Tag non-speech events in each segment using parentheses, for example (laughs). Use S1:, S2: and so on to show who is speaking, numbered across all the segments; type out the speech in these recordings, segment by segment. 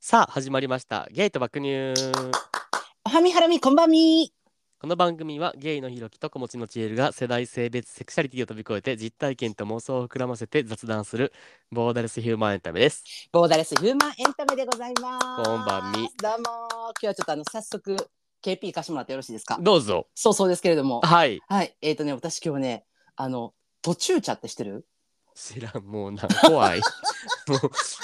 S1: さあ始まりましたゲイと爆乳
S2: おはみはらみこんばんみ
S1: この番組はゲイのひろきと子持ちのちえるが世代性別セクシャリティを飛び越えて実体験と妄想を膨らませて雑談するボーダレスヒューマンエンタメ
S2: (laughs)
S1: です
S2: ボーダレスヒューマンエンタメでございます
S1: こんばんみ
S2: どうも今日はちょっとあの早速 KP 貸してもらってよろしいですか
S1: どうぞ
S2: そうそうですけれども
S1: はい
S2: はいえーとね私今日ねあの途中茶って知ってる
S1: 知らんもうな怖い (laughs) も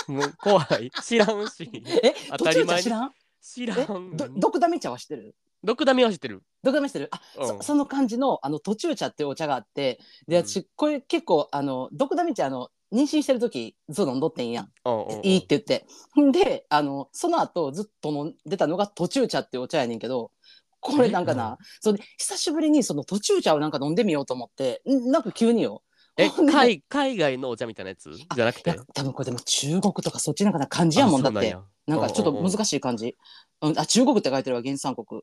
S1: うもう怖い知らんし
S2: え
S1: 当
S2: 途
S1: たり
S2: 中
S1: 前
S2: 茶
S1: に
S2: 知らん
S1: 知ら
S2: え
S1: ん
S2: ど毒ダメ茶は知ってる
S1: 毒ダミは知ってる
S2: 毒ダメ知ってるあ、
S1: うん
S2: そその感じのあの途中茶っていうお茶があってで私これ結構あの毒ダメ茶あの妊娠してる時ずっと飲んどってんやん
S1: うんうんうん
S2: いいって言って。んで、あの、その後ずっと飲んでたのが途中茶っていうお茶やねんけど、これなんか
S1: えうん
S2: な、その久しぶりにその途中茶をなんか飲んでみようと思って、んなんか急によ。
S1: え
S2: ほんで
S1: 海海外のお茶みたいなやつじゃなく
S2: い
S1: て
S2: や多分これでも中国とかそっちなんかな感じやもんだってな。んかちょっと
S1: し
S2: 難しい感じ。うん、あ、中国って書いてるわ、原産国。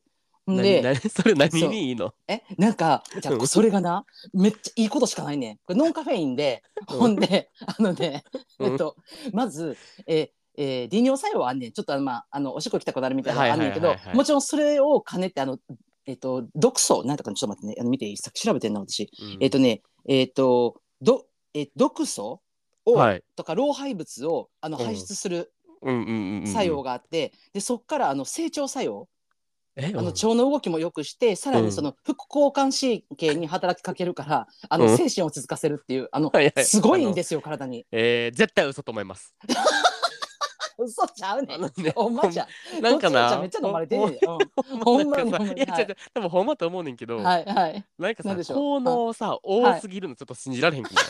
S2: ん
S1: で
S2: で、
S1: それ何にいいの
S2: え、なんか、じゃ
S1: うん
S2: あそれがな、めっちゃいいことしかないねん。これノンカフェインで、
S1: うん
S2: ほんで、あのね、
S1: うん
S2: えっと、まず、えー、えー利尿作用はあんねん。ちょっとあの、まあ、あの、おしっこ来たくなるみたいなのがあんねんけ
S1: は
S2: ど
S1: いはいはいは、い
S2: もちろんそれを兼ねて、あの、えっと、毒素、なんとかねちょっと待ってね、あの見ていいさっき調べてんな、私。
S1: うん
S2: えっとね、えっと、ど、えー毒素を、
S1: はい
S2: とか、老廃物を、あの、
S1: うん
S2: 排出する
S1: うんうんうんうん
S2: 作用があって、で、そっから、あの、成長作用、
S1: え
S2: あの
S1: うん
S2: 腸の動きも良くして、さらにその副交感神経に働きかけるから、あ
S1: うん
S2: の精神を落ち着かせるっていう、あの
S1: はいはい
S2: すごいんですよ、体
S1: (laughs)
S2: に。
S1: えー、絶対嘘と思います。
S2: 嘘ちゃうね
S1: あ
S2: ん
S1: の。ね
S2: おまじゃ。
S1: なんかな
S2: 途中茶めっちゃ飲まれてるねん。
S1: ほ
S2: ほん
S1: な
S2: まに
S1: んかさ
S2: ほんまに
S1: いや、
S2: はい
S1: 違う違う、多分ほんまと思うねんけど、
S2: うんはいはい。
S1: なんか
S2: なんで
S1: さ、
S2: しょう
S1: 効能さ、
S2: はい
S1: 多すぎるのちょっと信じられへんくない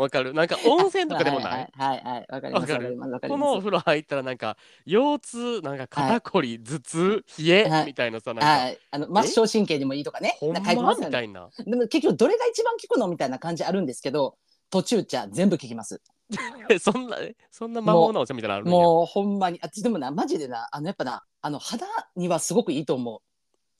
S1: わかるなんか温泉とかでもない、
S2: はいはいはい。わかります。
S1: わ
S2: わ
S1: か
S2: か
S1: る
S2: ります。わかり
S1: このお
S2: ま
S1: 風呂入ったらなんか腰痛なんか肩こり、頭痛冷え、
S2: はい
S1: みたいなさなん
S2: す。
S1: か、
S2: はい。あの末梢神経にもいいとかね。
S1: ほん
S2: な
S1: ま
S2: んか書いてますよ
S1: みた
S2: ね。
S1: いな (laughs)
S2: でも結局どれが一番効くのみたいな感じあるんですけど、途中茶全部効きます。
S1: えそんなえそんな魔法なお茶みたいなのあるんや
S2: もうほんまに。あでもなマジでなあのやっぱなあの肌にはすごくいいと思う。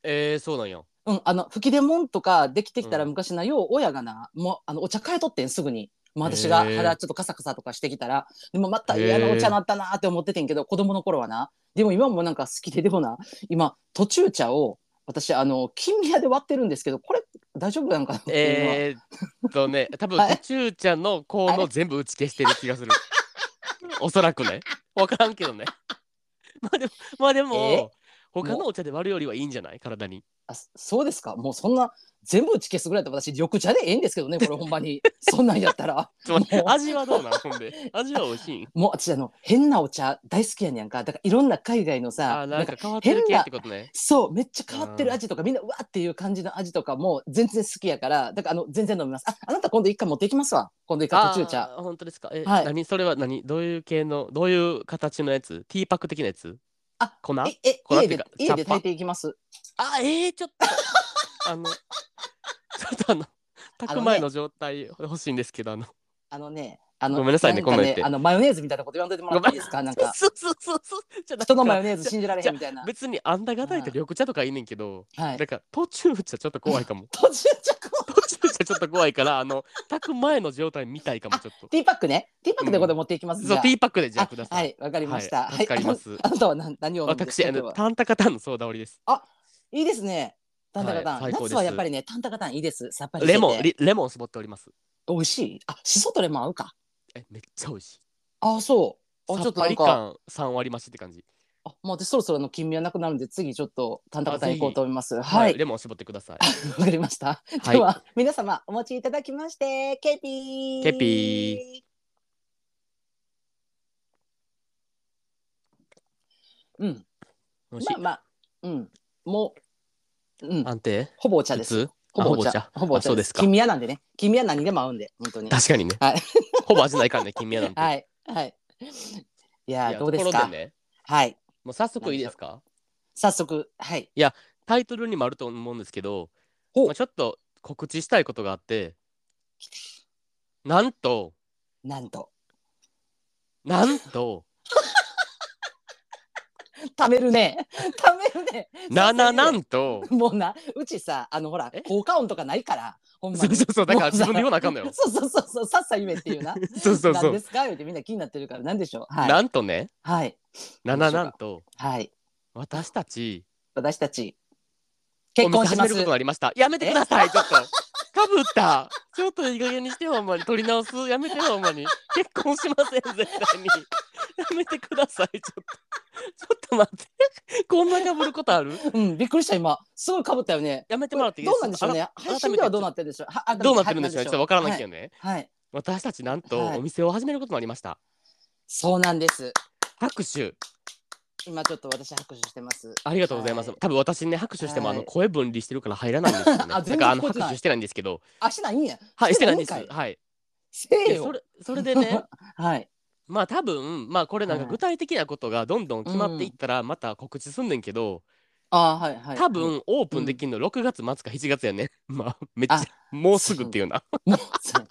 S1: えー、そうなんや
S2: うん、あの吹き出物とかできてきたら
S1: うん
S2: 昔な、よう親がなもうあのお茶買いとってんすぐに。もう私が
S1: へえ
S2: 肌ちょっとカサカサとかしてきたら、でもまた
S1: へえ
S2: 嫌なお茶なったなって思っててんけど、子供の頃はな。でも今もなんか好きで、でもな、今、途中茶を私、あの、金ビアで割ってるんですけど、これ大丈夫なんかなっていうのは。
S1: えー、っと
S2: (laughs)
S1: ね多分
S2: はい
S1: 途中ちゃんの効能全部打ち消してる気が
S2: (laughs)
S1: するおそらくね分からんけどね (laughs) まあでもまあでも、
S2: え
S1: 他のお茶で割るよりはいいんじゃない体に
S2: あそうですかもうそんな、全部打ち消すぐらいだと私、緑茶でええんですけどね、これほんま
S1: (laughs)
S2: に。そんなんやったら。
S1: ちょっと待って
S2: もう
S1: 味はどうなのほんで味は美味しいん
S2: もう私、あの、変なお茶大好きやねやんか。だからいろんな海外の
S1: あ
S2: さ、
S1: ーなんか変わってる系
S2: 変な
S1: ってことね
S2: そう、めっちゃ変わって
S1: う
S2: る
S1: ん
S2: 味とか、みんなうわっていう感じの味とかも全然好きやから、だからあの全然飲みます。あ、あなた今度一回持ってきますわ。今度一回
S1: あ
S2: 途中茶。
S1: ー本当ですかえ、
S2: はい
S1: 何それは何どういう系のどういう形のやつティーパック的なやつ
S2: あ
S1: 粉
S2: え、え、
S1: これ
S2: 家
S1: っていう
S2: で
S1: か、
S2: 家で
S1: 茶っ葉
S2: 炊いていきます。
S1: あえー、ちょっとあ
S2: (laughs)
S1: のちょっとあの炊く前の状態欲しいんですけどあの
S2: あのね、あの、
S1: ごめんなさいね
S2: か
S1: こんなん言って
S2: あの、マヨネーズみたいなこと言わんといてもらっていいですかなんか、
S1: そうそうそうそうじゃあ
S2: 人のマ
S1: なん
S2: ヨ
S1: か
S2: ネーズ信じられへんみた
S1: (laughs)
S2: いな。
S1: 別にあんだがたいと緑茶とかいいねんけど、
S2: は
S1: ないん。か途中茶ちょっと怖いかも
S2: (laughs) 途中茶こう
S1: 途中茶ちょっと怖いからあ (laughs) の炊く前の状態見たいかもちょっと
S2: ティーパックね。ティーパックでこれ持っていきます。じ
S1: そ
S2: ゃ
S1: う
S2: あ
S1: ティーパックでじゃあ
S2: あ
S1: くださ、
S2: はいい、わかりまし
S1: は
S2: た。
S1: い
S2: はい、
S1: 助かります
S2: あのあなたは何何を飲んでるんで
S1: (laughs)
S2: す
S1: 私
S2: か
S1: あ
S2: 今日
S1: の
S2: は
S1: タンタカタンのソーダ割りです
S2: いいですね。タンタカタン、
S1: はい最高です
S2: 夏はやっぱりね、タンタカタンいいです。さっぱりして
S1: レ
S2: て。
S1: モンリレモン絞っております
S2: 美味しい。あ、シソとレモン合うか。
S1: えめっちゃ美味しい
S2: ああ、そう。あ、ち
S1: さ
S2: ょ
S1: っ
S2: っと
S1: ぱ
S2: なん
S1: り
S2: か、
S1: 感3割増しって感じ
S2: あ、もう私そろそろあの金味はなくなるんで、次ちょっとタンタカタン行こうと思います。
S1: は
S2: はいい。
S1: レモン絞ってください
S2: わかりました。
S1: はい
S2: では、皆様お持ちいただきまして、ケピー。
S1: ケピ
S2: ー。うん、
S1: 美味しい
S2: まあまあ、うん、もう、うん、
S1: 安定
S2: ほぼお茶
S1: 普
S2: です。
S1: 通
S2: ほぼお
S1: あ
S2: 茶。ほぼお
S1: あそ
S2: 茶
S1: うで
S2: ですす。
S1: か
S2: 金味屋なんでね、金味屋何でも合うんで、本当に。
S1: 確かにね、
S2: はい
S1: ほぼ味ないからね金宮なんて、
S2: はいい、はい。いやー
S1: や
S2: どうです
S1: とこ
S2: か
S1: ろでね
S2: はい、
S1: もう早速いいですか
S2: 早速、はい。
S1: タイトルにもあると思うんですけど、
S2: お
S1: まあ、ちょっと告知したいことがあ
S2: (laughs)
S1: ってなんと
S2: (laughs) なんと。
S1: なんと
S2: 貯める (laughs) ね。貯めるね。
S1: ななな
S2: さ
S1: ん
S2: (laughs)
S1: と
S2: すがにね。もうな、うちさ、あのほら
S1: え、
S2: 効果音とかないから、ほんま
S1: そう (laughs)
S2: に。
S1: そうそうだから
S2: もうさ
S1: 自分で言わなあかんのよ
S2: (laughs) そうそうそうそう、さっさ言えっていうな。
S1: そう (laughs) そうそ
S2: 何
S1: う
S2: ですか言うてみんな気になってるから、なんでしょう。はい。
S1: なんとね
S2: はい。
S1: なななんと
S2: はい。
S1: 私たち
S2: 私たち。
S1: お
S2: 結
S1: 店
S2: 婚
S1: 始
S2: し
S1: め
S2: ま
S1: る
S2: す
S1: ことに。なりましたやめてくださいちょっとかぶったちょっといい加減にしてよほんまに取り直すやめてよほんまに結婚しません絶対にやめてくださいちょっとちょっと待ってこんなかぶることある
S2: うん、びっくりした、今。すごい被ったよね。
S1: やめて
S2: ど
S1: もらっていいです
S2: うなんでしょうね。
S1: あら
S2: 配信ではどうなってるんでしょう。はあ
S1: どうなってるんでしょうねちょっとわからないけ
S2: ど。
S1: どね、
S2: はいはい。
S1: 私たちなんと
S2: はい
S1: お店を始めることになりました
S2: そうなんです。
S1: 拍手
S2: 今ちょっと私拍手してます。
S1: ありがとうございます、
S2: は
S1: 多分私ね拍手しても、あの
S2: はい
S1: 声分離してるから入らないんですよね
S2: あ
S1: だか
S2: 全然
S1: らあの
S2: 聞こえて
S1: 拍
S2: ない
S1: 手してないんですけど
S2: あ、しないんや。
S1: はいしてないんで
S2: してないん
S1: す
S2: か
S1: はい
S2: せ
S1: い
S2: え
S1: やそ
S2: よ。
S1: れそれでね
S2: はい。
S1: まあ多分まあこれなんか
S2: はい
S1: 具体的なことがどんどん決まっていったらまた告知すんねんけど、
S2: あー、はい、はい。
S1: 多分オープンできるの6月末か7月やね (laughs) まあめっちゃ
S2: あ
S1: もうすぐっていうな
S2: もうさ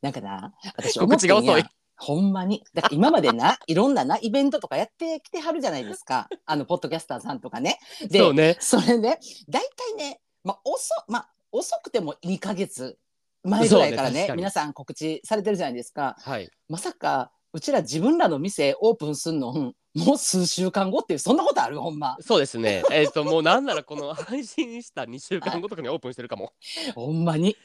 S2: なんかな、私
S1: 告知が遅い
S2: 思ってんや。ほんまに。だから今までな、いろんなな、イベントとかやってきてはるじゃないですか。あの、ポッドキャスターさんとかね。で、
S1: そうね
S2: それね、大体ね、まあ、遅、まあ、遅くても2ヶ月前ぐらいから
S1: そうね確
S2: ね、
S1: かに
S2: 皆さん告知されてるじゃないですか。
S1: はい
S2: まさか、うちら自分らの店オープンすんの、うんもう数週間後っていう、そんなことあるほんま。
S1: そうですねえっ、ともうなんならこの配信した2週間後とかにオープンしてるかも
S2: ほんまに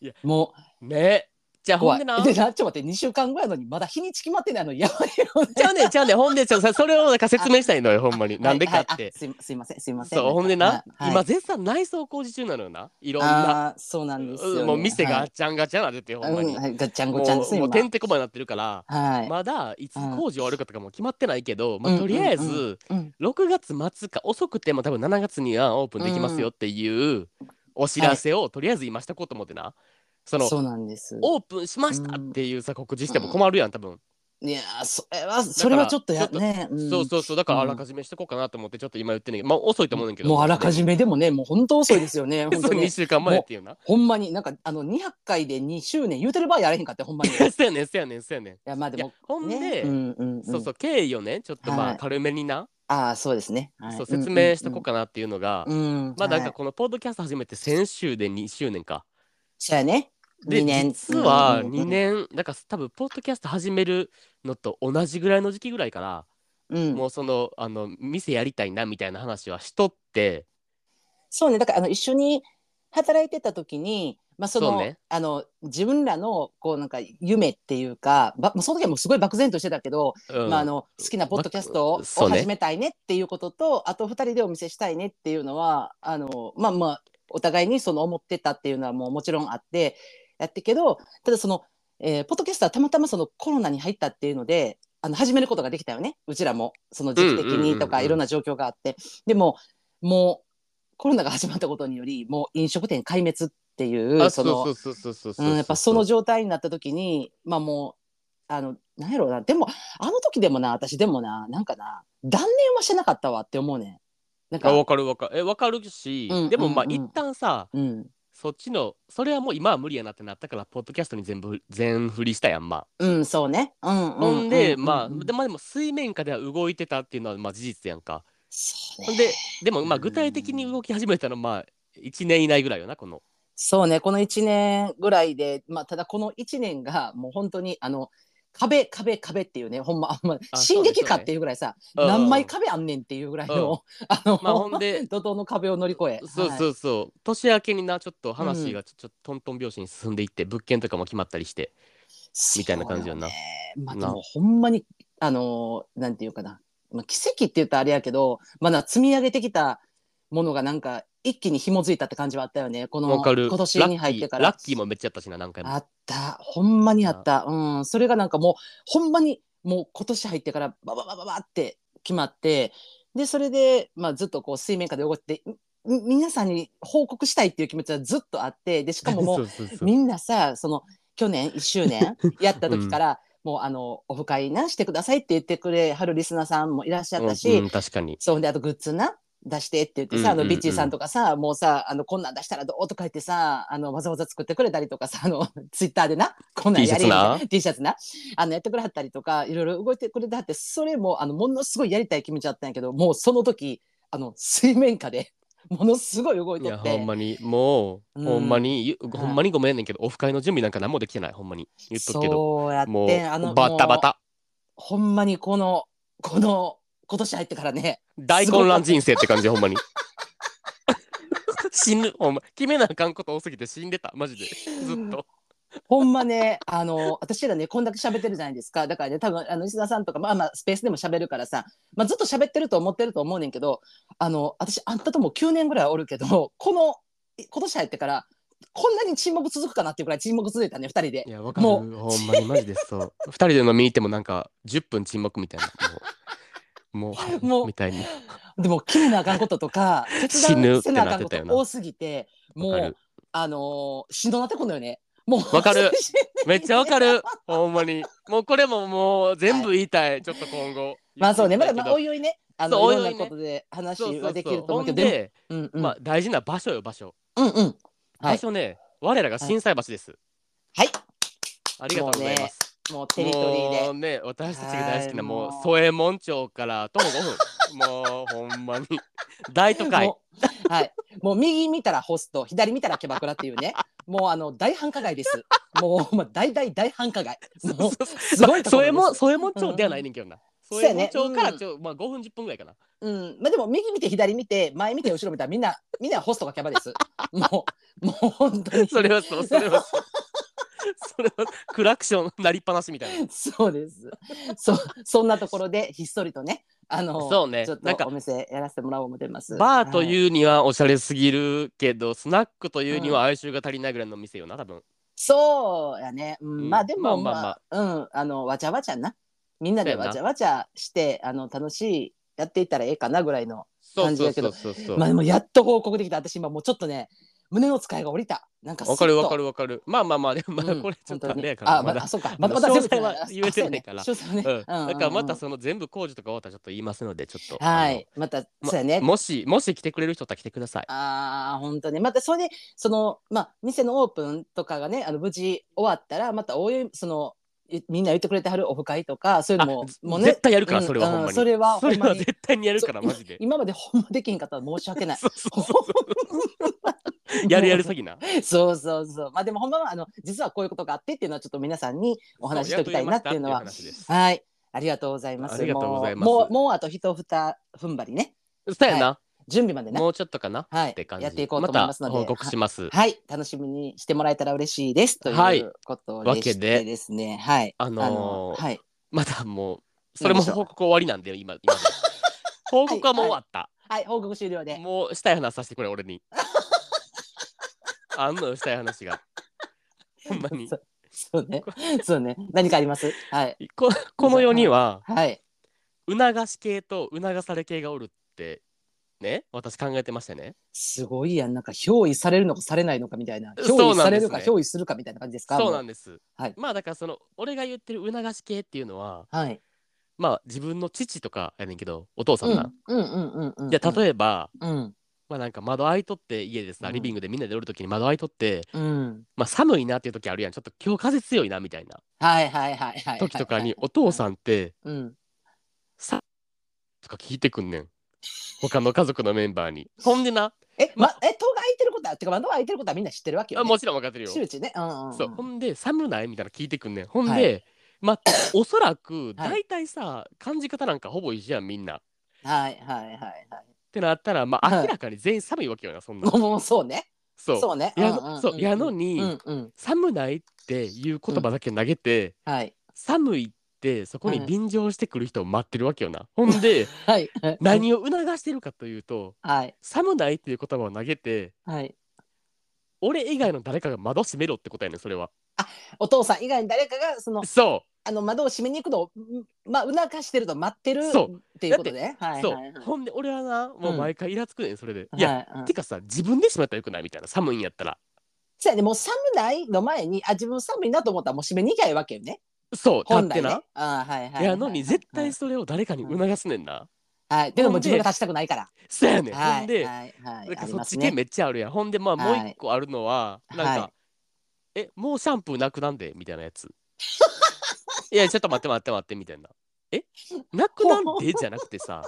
S1: いや。
S2: も
S1: ねじゃ
S2: う
S1: あほ
S2: 怖
S1: んで
S2: い
S1: な
S2: でなちょっと待って2週間後やのにまだ日にち決まってないのやばいよね
S1: ちゃうねんちゃうねんほんでちょそそれをなんか説明したいのよほんまになんでかって、
S2: はいはいあすいすいませんすいません
S1: そうほんでな、
S2: はい
S1: 今絶賛内装工事中なのよないろんな、
S2: あーそうなんですよね、
S1: もう店が
S2: は
S1: ガチャンガチャンなっててよ
S2: い
S1: ほんま
S2: う
S1: に、
S2: んはいガッチャン
S1: も
S2: ゴチャンです
S1: うも
S2: 今
S1: うてんてこまになってるから、
S2: はい、
S1: まだいつ
S2: うん
S1: 工事終わるかとかも決まってないけど、ま
S2: う
S1: あ、
S2: ん
S1: とりあえ
S2: うん
S1: ず
S2: うん
S1: 6月末か遅くても多分7月にはオープンできますよっていうお知らせをとりあえず今しとこうと思ってな、その
S2: そうなんです
S1: オープンしましたっていうさ告知しても困るやん多分、
S2: いやーそれはそれはちょっとや
S1: ちょっと
S2: ね、ん
S1: そうそうそうだから
S2: うん
S1: あらかじめしとこうかなと思ってちょっと今言ってんねんけどまあ遅いと思うねんけど
S2: もうあらかじ
S1: め
S2: めでもねもう本当遅いです
S1: (laughs)
S2: よね本当
S1: 2
S2: に
S1: 週間前っていうな
S2: ほんまになんかあの200回で2周年言うてる場合やれへんかってほんまにい
S1: (laughs) いやそうやねんそうやねんそうやねんい
S2: やまあで
S1: や
S2: も
S1: ほんで、
S2: ねうんうんうん、
S1: そうそう経緯をねちょっとま
S2: は
S1: あ
S2: い
S1: 軽めにな、
S2: ああそうですね、はい
S1: そう説明しとこうかなっていうのが、
S2: うんうんうん、うん
S1: まあなん
S2: は
S1: か
S2: い
S1: このポッドキャスト始めて先週で2周年か。
S2: そうやね
S1: で
S2: 二年
S1: 実は
S2: うんうんう
S1: 2
S2: ん
S1: 年だから多分ポッドキャスト始めるのと同じぐらいの時期ぐらいから、
S2: うん
S1: もうそのあの店やりたいなみたいな話はしとって
S2: そうねだからあの一緒に働いてた時に、まあ、その
S1: そうね
S2: あの自分らのこうなんか夢っていうか、ばまあ、その時はもうすごい漠然としてたけど、
S1: うん
S2: まあ、あの好きなポッドキャストを
S1: ばそうね
S2: 始めたいねっていうことと、あと二人でお見せしたいねっていうのはあのまあまあお互いにその思ってたっていうのはもうもちろんあってやってけどただその、えーポッドキャストはたまたまそのコロナに入ったっていうのであの始めることができたよねうちらもその時期的にと
S1: うんうんうんう
S2: か
S1: ん
S2: いろんな状況があって、でももうコロナが始まったことによりもう飲食店壊滅っていう
S1: あ
S2: そ
S1: そ
S2: の
S1: うそうそうそうそうそう
S2: うん、やっぱその状態になった時にまあもうあのなんやろうなでもあの時でもな私でもななんかな断念はしてなかったわって思うねんなん
S1: あ
S2: か
S1: わかるわかるえわかるし、
S2: うん
S1: でもまあ
S2: うんう
S1: 一
S2: ん
S1: 旦さ
S2: うん
S1: そっちのそれはもう今は無理やなってなったからポッドキャストに全部全振りしたやんまあ
S2: うんそうねうんうん
S1: ほんで、
S2: うう
S1: まあ、
S2: うん
S1: でまあでも水面下では動いてたっていうのはまあ事実やんか。
S2: そう
S1: ほん
S2: ね
S1: で、でもまあ
S2: うん
S1: 具体的に動き始めたのはまあ1年以内ぐらいよな、この。
S2: そうねこの1年ぐらいでまあただこの1年がもう本当にあの壁壁壁っていうねほんまあんま
S1: あ
S2: 進
S1: そうねそ
S2: 撃
S1: う
S2: か
S1: ね
S2: っていうぐらいさ、
S1: うん
S2: 何枚壁あんねんっていうぐらいの、
S1: う
S2: あの、
S1: まあほんで
S2: 怒涛の壁を乗り越え
S1: そう
S2: はい
S1: そうそう、年明けにな、ちょっと話がちょちょっとトントン拍子に進んでいって、物件とかも決まったりして。みたいな感じやんな
S2: そうねまあ、で
S1: な
S2: もほんまにあのーなんていうかな、まあ、奇跡って言ったらあれやけど、まあ、な積み上げてきたものがなんか一気に紐づいたって感じはあったよねこの
S1: わかる。
S2: 今年に入ってから
S1: ラッキーラッキーもめっちゃやったしな、何回も。
S2: あったほんまにあったうんそれがなんかもうほんまにもう今年入ってからバババババって決まってでそれで、まあ、ずっとこう水面下で動いててみ皆さんに報告したいっていう気持ちはずっとあってでしかもも
S1: (laughs)
S2: う
S1: そうそうそう
S2: みんなさその去年1周
S1: (laughs)
S2: 年やった時から、もうあのオフ会なしてくださいって言ってくれはるリスナーさんもいらっしゃったし、
S1: うんうん確かに。
S2: そうであとグッズな出してって言って
S1: うん
S2: さ、
S1: うんうん
S2: あのビッチーさんとかさもうさあのこんなん出したらどうとか言ってさあのわざわざ作ってくれたりとかさあのツイッター
S1: (laughs)
S2: でなこんなんやり
S1: T シャツな
S2: みたい T シャツなあのやってくれはったりとかいろいろ動いてくれてはってそれもあのものすごいやりたい気持ちだったんやけどもうその時あの水面下でものすごい動い
S1: い
S2: と
S1: や、
S2: って
S1: ほんまに、もう、
S2: うん
S1: ほんまに、ゆ
S2: はい
S1: ほんまにごめんねんけど、オフ会の準備なんか何もできてない、ほんまに。言っとくけど。
S2: そうやって
S1: も
S2: あの
S1: う、バタバ
S2: もう
S1: タ。
S2: ほんまにこのこの今年入ってからね
S1: 大混乱人生って感じ、ほんま
S2: (laughs)
S1: に。死ぬ、ほんま。決めなあかんこと多すぎて死んでた、マジで。ずっと。
S2: ほんまね、あの、私らね、こんだけ喋ってるじゃないですか。だからね、多分、あの、石田さんとか、まあまあ、スペースでも喋るからさ、まあ、ずっと喋ってると思ってると思うねんけど、あの、私、あんたとも9年ぐらいおるけど、この、い今年入ってから、こんなに沈黙続くかなっていうくらい沈黙続いたね、二人で
S1: い。や、わかる。
S2: も
S1: ほんまに、マジでそう。二人で飲みに行ってもなんか、10分沈黙みたいな。もう、もう、
S2: もう
S1: みたいに。
S2: でも、決めなあかんこととか、決
S1: 死ぬ
S2: 断
S1: って
S2: せなあかんこ
S1: なってたよ
S2: と
S1: な
S2: 多すぎて、も
S1: わか
S2: う
S1: る、
S2: あのー、しんどなってこんのよね。もう、
S1: わか
S2: (laughs)
S1: るめっちゃわかる。ほんまに。もうこれももう全部言いたい。ちょっと今後。
S2: まあそうね、ま
S1: 言
S2: だ、
S1: いたいけ
S2: まあ、
S1: ど
S2: おいおいね、あ
S1: そう
S2: の、
S1: お
S2: い
S1: い
S2: ろ
S1: お
S2: ん
S1: いね
S2: なことで話
S1: そうそ
S2: は
S1: う
S2: で
S1: そ
S2: き
S1: う。
S2: ると思
S1: ほ
S2: うんけど、で
S1: で、
S2: も、うんうん。
S1: まあ大事な場所よ、場所。
S2: うんうん。は
S1: 場
S2: い。
S1: 所ね、我らが心斎橋です。
S2: はい。
S1: ありがとうございます。
S2: もうテリトリー
S1: もう
S2: で。
S1: ね、私たちが大好きなもう
S2: はいもう
S1: 添右衛門町から徒歩5分。もうほんまに。大都会。
S2: もうはい。もう右見たらホスト、左見たらキャバクラっていうね。もうあの大繁華街です。もうまあ大大大繁華街。もうすごいとこ
S1: 添右衛
S2: ろ
S1: 門
S2: です。
S1: 添右衛門町ではないねんけどな。
S2: そ
S1: 添
S2: うや
S1: 右衛
S2: ね
S1: 門町からちょ、まあ5分10分ぐらいかな。
S2: うん。まあでも右見て左見て前見て後ろ見たらみんなみんなホストかキャバです。もうもう本当に。
S1: それはそう、それはそう。それはクラクション鳴りっぱなしみたいな。
S2: そうです。そそんなところでひっそりとね、あの
S1: そうね
S2: ちょっ
S1: なんか
S2: とお店やらせてもらおう思ってます。
S1: バーと
S2: う、
S1: いうにはおしゃれすぎるけど、スナックというには哀愁が足りないぐらいの店よな多分
S2: そうやね、うん
S1: うん
S2: まあで
S1: ま
S2: も、ま
S1: あ
S2: あ
S1: ま
S2: うん、あのわちゃわちゃなみんなで
S1: そうやな
S2: わちゃわちゃしてあの楽しいやっていったらええかなぐらいの
S1: そう
S2: 感
S1: そ
S2: じ
S1: う
S2: やけ
S1: そう
S2: ど
S1: そうそう、
S2: まあでもやっと報告できた私今もうちょっとね胸の使いが降りたなんか
S1: わかるわ
S2: わ
S1: かるわかるまあまあまあでもまだこれちょっとあれやから、
S2: あ
S1: ま
S2: まだ
S1: だ
S2: あ、そうかまだま
S1: あ
S2: だ
S1: の
S2: 全
S1: 詳
S2: 部
S1: 細は言えてないから
S2: あそうやね詳
S1: う
S2: 細は
S1: ん
S2: ね、
S1: だからまた
S2: うん
S1: その全部工事とか終わったらちょっと言いますのでちょっと
S2: はいまたそうや
S1: あ
S2: ね
S1: のもしもし来てくれる人は来てください
S2: ああ、本当ね。またそれで、その、まあ、店のオープンとかがね、あの、無事終わったら、また、おい、その、いみんな言ってくれてはるオフ会とか、そういうのも、
S1: あ
S2: もうね
S1: 絶、対やるから
S2: うん
S1: それはほんまに、
S2: うんそれは
S1: (laughs) そ
S2: ほ
S1: れ
S2: んま
S1: は
S2: に
S1: 絶対にやるから
S2: そう
S1: マジで
S2: 今までほんまできんかったら申し訳ない。
S1: そうそうそうやるやる詐欺な
S2: そうそうそう。まあでもほんまは、あの、実はこういうことがあってっていうのはちょっと皆さんに (laughs) お話ししておきたいなっていうのは。
S1: そうやと言いましたっていう話です
S2: はい。ありがとうございます。
S1: ありがとうございます
S2: もう、もうもうあと一二踏ん張りね。
S1: そうやな、
S2: 準備までね。
S1: もうちょっとかな、
S2: はい
S1: って感じ
S2: やっていこうと思いますので
S1: また報告します。
S2: はい。楽しみにしてもらえたら嬉しいです。と
S1: はいいう
S2: こと
S1: わ
S2: で
S1: け
S2: し
S1: で
S2: てですね。はい。
S1: あのー
S2: あのーはい。
S1: またもうそれも
S2: 何でしょう
S1: 報告終わりなんで今
S2: (laughs)
S1: 今の報告はもう終わった、
S2: はい、報告終了で。
S1: もうしたい話させてくれ俺
S2: (laughs)
S1: にあんのよしたい話がほんまに
S2: (laughs) そそうね。そうね。何かありますはい。
S1: こ (laughs) この世には
S2: はい。
S1: 促し系と促され系がおるってね私考えてましたね
S2: すごいやん。なんか、憑依されるのかされないのかみたいな。
S1: そ
S2: 憑
S1: う
S2: 依
S1: な
S2: さ
S1: んで
S2: れ
S1: すね
S2: るか、憑依するかみたいな感じですか
S1: そうな
S2: も
S1: んです、
S2: はい
S1: まあだからその俺が言ってる促し系っていうのは
S2: うはい。
S1: まあ自分の父とかやねんけどお父さん
S2: うん
S1: が、
S2: うんうんうんうん。
S1: じゃあ例えば、
S2: うん。
S1: まあなんか窓開いとって家でさ
S2: うん
S1: リビングでみんなでおるときに窓開いとって、
S2: うん。
S1: まあ寒いなっていう時あるやんちょっと今日風強いなみたいな
S2: はいはいはいはい。
S1: 時とかに。お父さんって
S2: うん。
S1: 「さ」とか聞いてくんねん他の家族のメンバーに。ほんでな
S2: え、ま、え、戸が開いてることは、てか窓が開いてることはみんな知ってるわけよ、
S1: あ
S2: ね。
S1: もちろん分かってるよ。
S2: 周知ね。うんうん、うん。
S1: そうほんで寒ないみたいなの聞いてくんねん。ほんで、
S2: はい
S1: ま
S2: (laughs)
S1: あおそらく
S2: はい
S1: 大体さ感じ方なんかほぼ一緒やんみんな。っ
S2: はいはいはいはい。
S1: てなったらま
S2: は
S1: あ
S2: い
S1: 明らかに全員寒いわけよなそんな
S2: も。うもうそうね。
S1: そう
S2: そうね。
S1: や
S2: ん
S1: の
S2: んん
S1: そうやのに
S2: うんうん。
S1: 寒ないっていう言葉だけ投げて。
S2: はい。
S1: 寒いってそこに
S2: うん
S1: 便乗してくる人を待ってるわけよな、ほんで
S2: はい。
S1: 何を促してるかというと
S2: (laughs) はい。
S1: 寒ないっていう言葉を投げて
S2: はい。
S1: 俺以外の誰かが窓閉めろってことやねんそれは
S2: お父さん以外に誰かが、その、
S1: そ
S2: あの、窓を閉めに行くのを、んまあ、促してると待ってる
S1: そう
S2: っていうことね。
S1: う、
S2: はい。
S1: そう、
S2: はいはい
S1: ほんで俺はなもう毎回イラつくねんそれで、いや、
S2: はいうん
S1: てかさ自分で閉めたらよくないみたいな寒いんやったら
S2: そうやね、もう寒ないの前に、あ、自分寒いなと思ったら、もう閉めに行きゃいいわけよね。
S1: そう立
S2: 本
S1: って
S2: 来
S1: な、
S2: ね。あ、はいはいはいはい。
S1: やのに絶対それを誰かに促すねんな、
S2: はい。でもも
S1: ほ
S2: う
S1: んで
S2: 自分が足したくないから。
S1: そうやねん、
S2: は
S1: ほん
S2: い。
S1: で、
S2: はい。はい。
S1: なん
S2: あ
S1: か
S2: り
S1: そ
S2: ま
S1: っ
S2: す
S1: ち系
S2: ね。
S1: めっちゃあるやん、ほんでまあもう
S2: は
S1: 一
S2: い
S1: 個あるのはなんか、
S2: は
S1: えもうシャンプーなくなんでみたいなやつ (laughs) いやちょっと待って待って待ってみたいなえなくなんでじゃなくてさ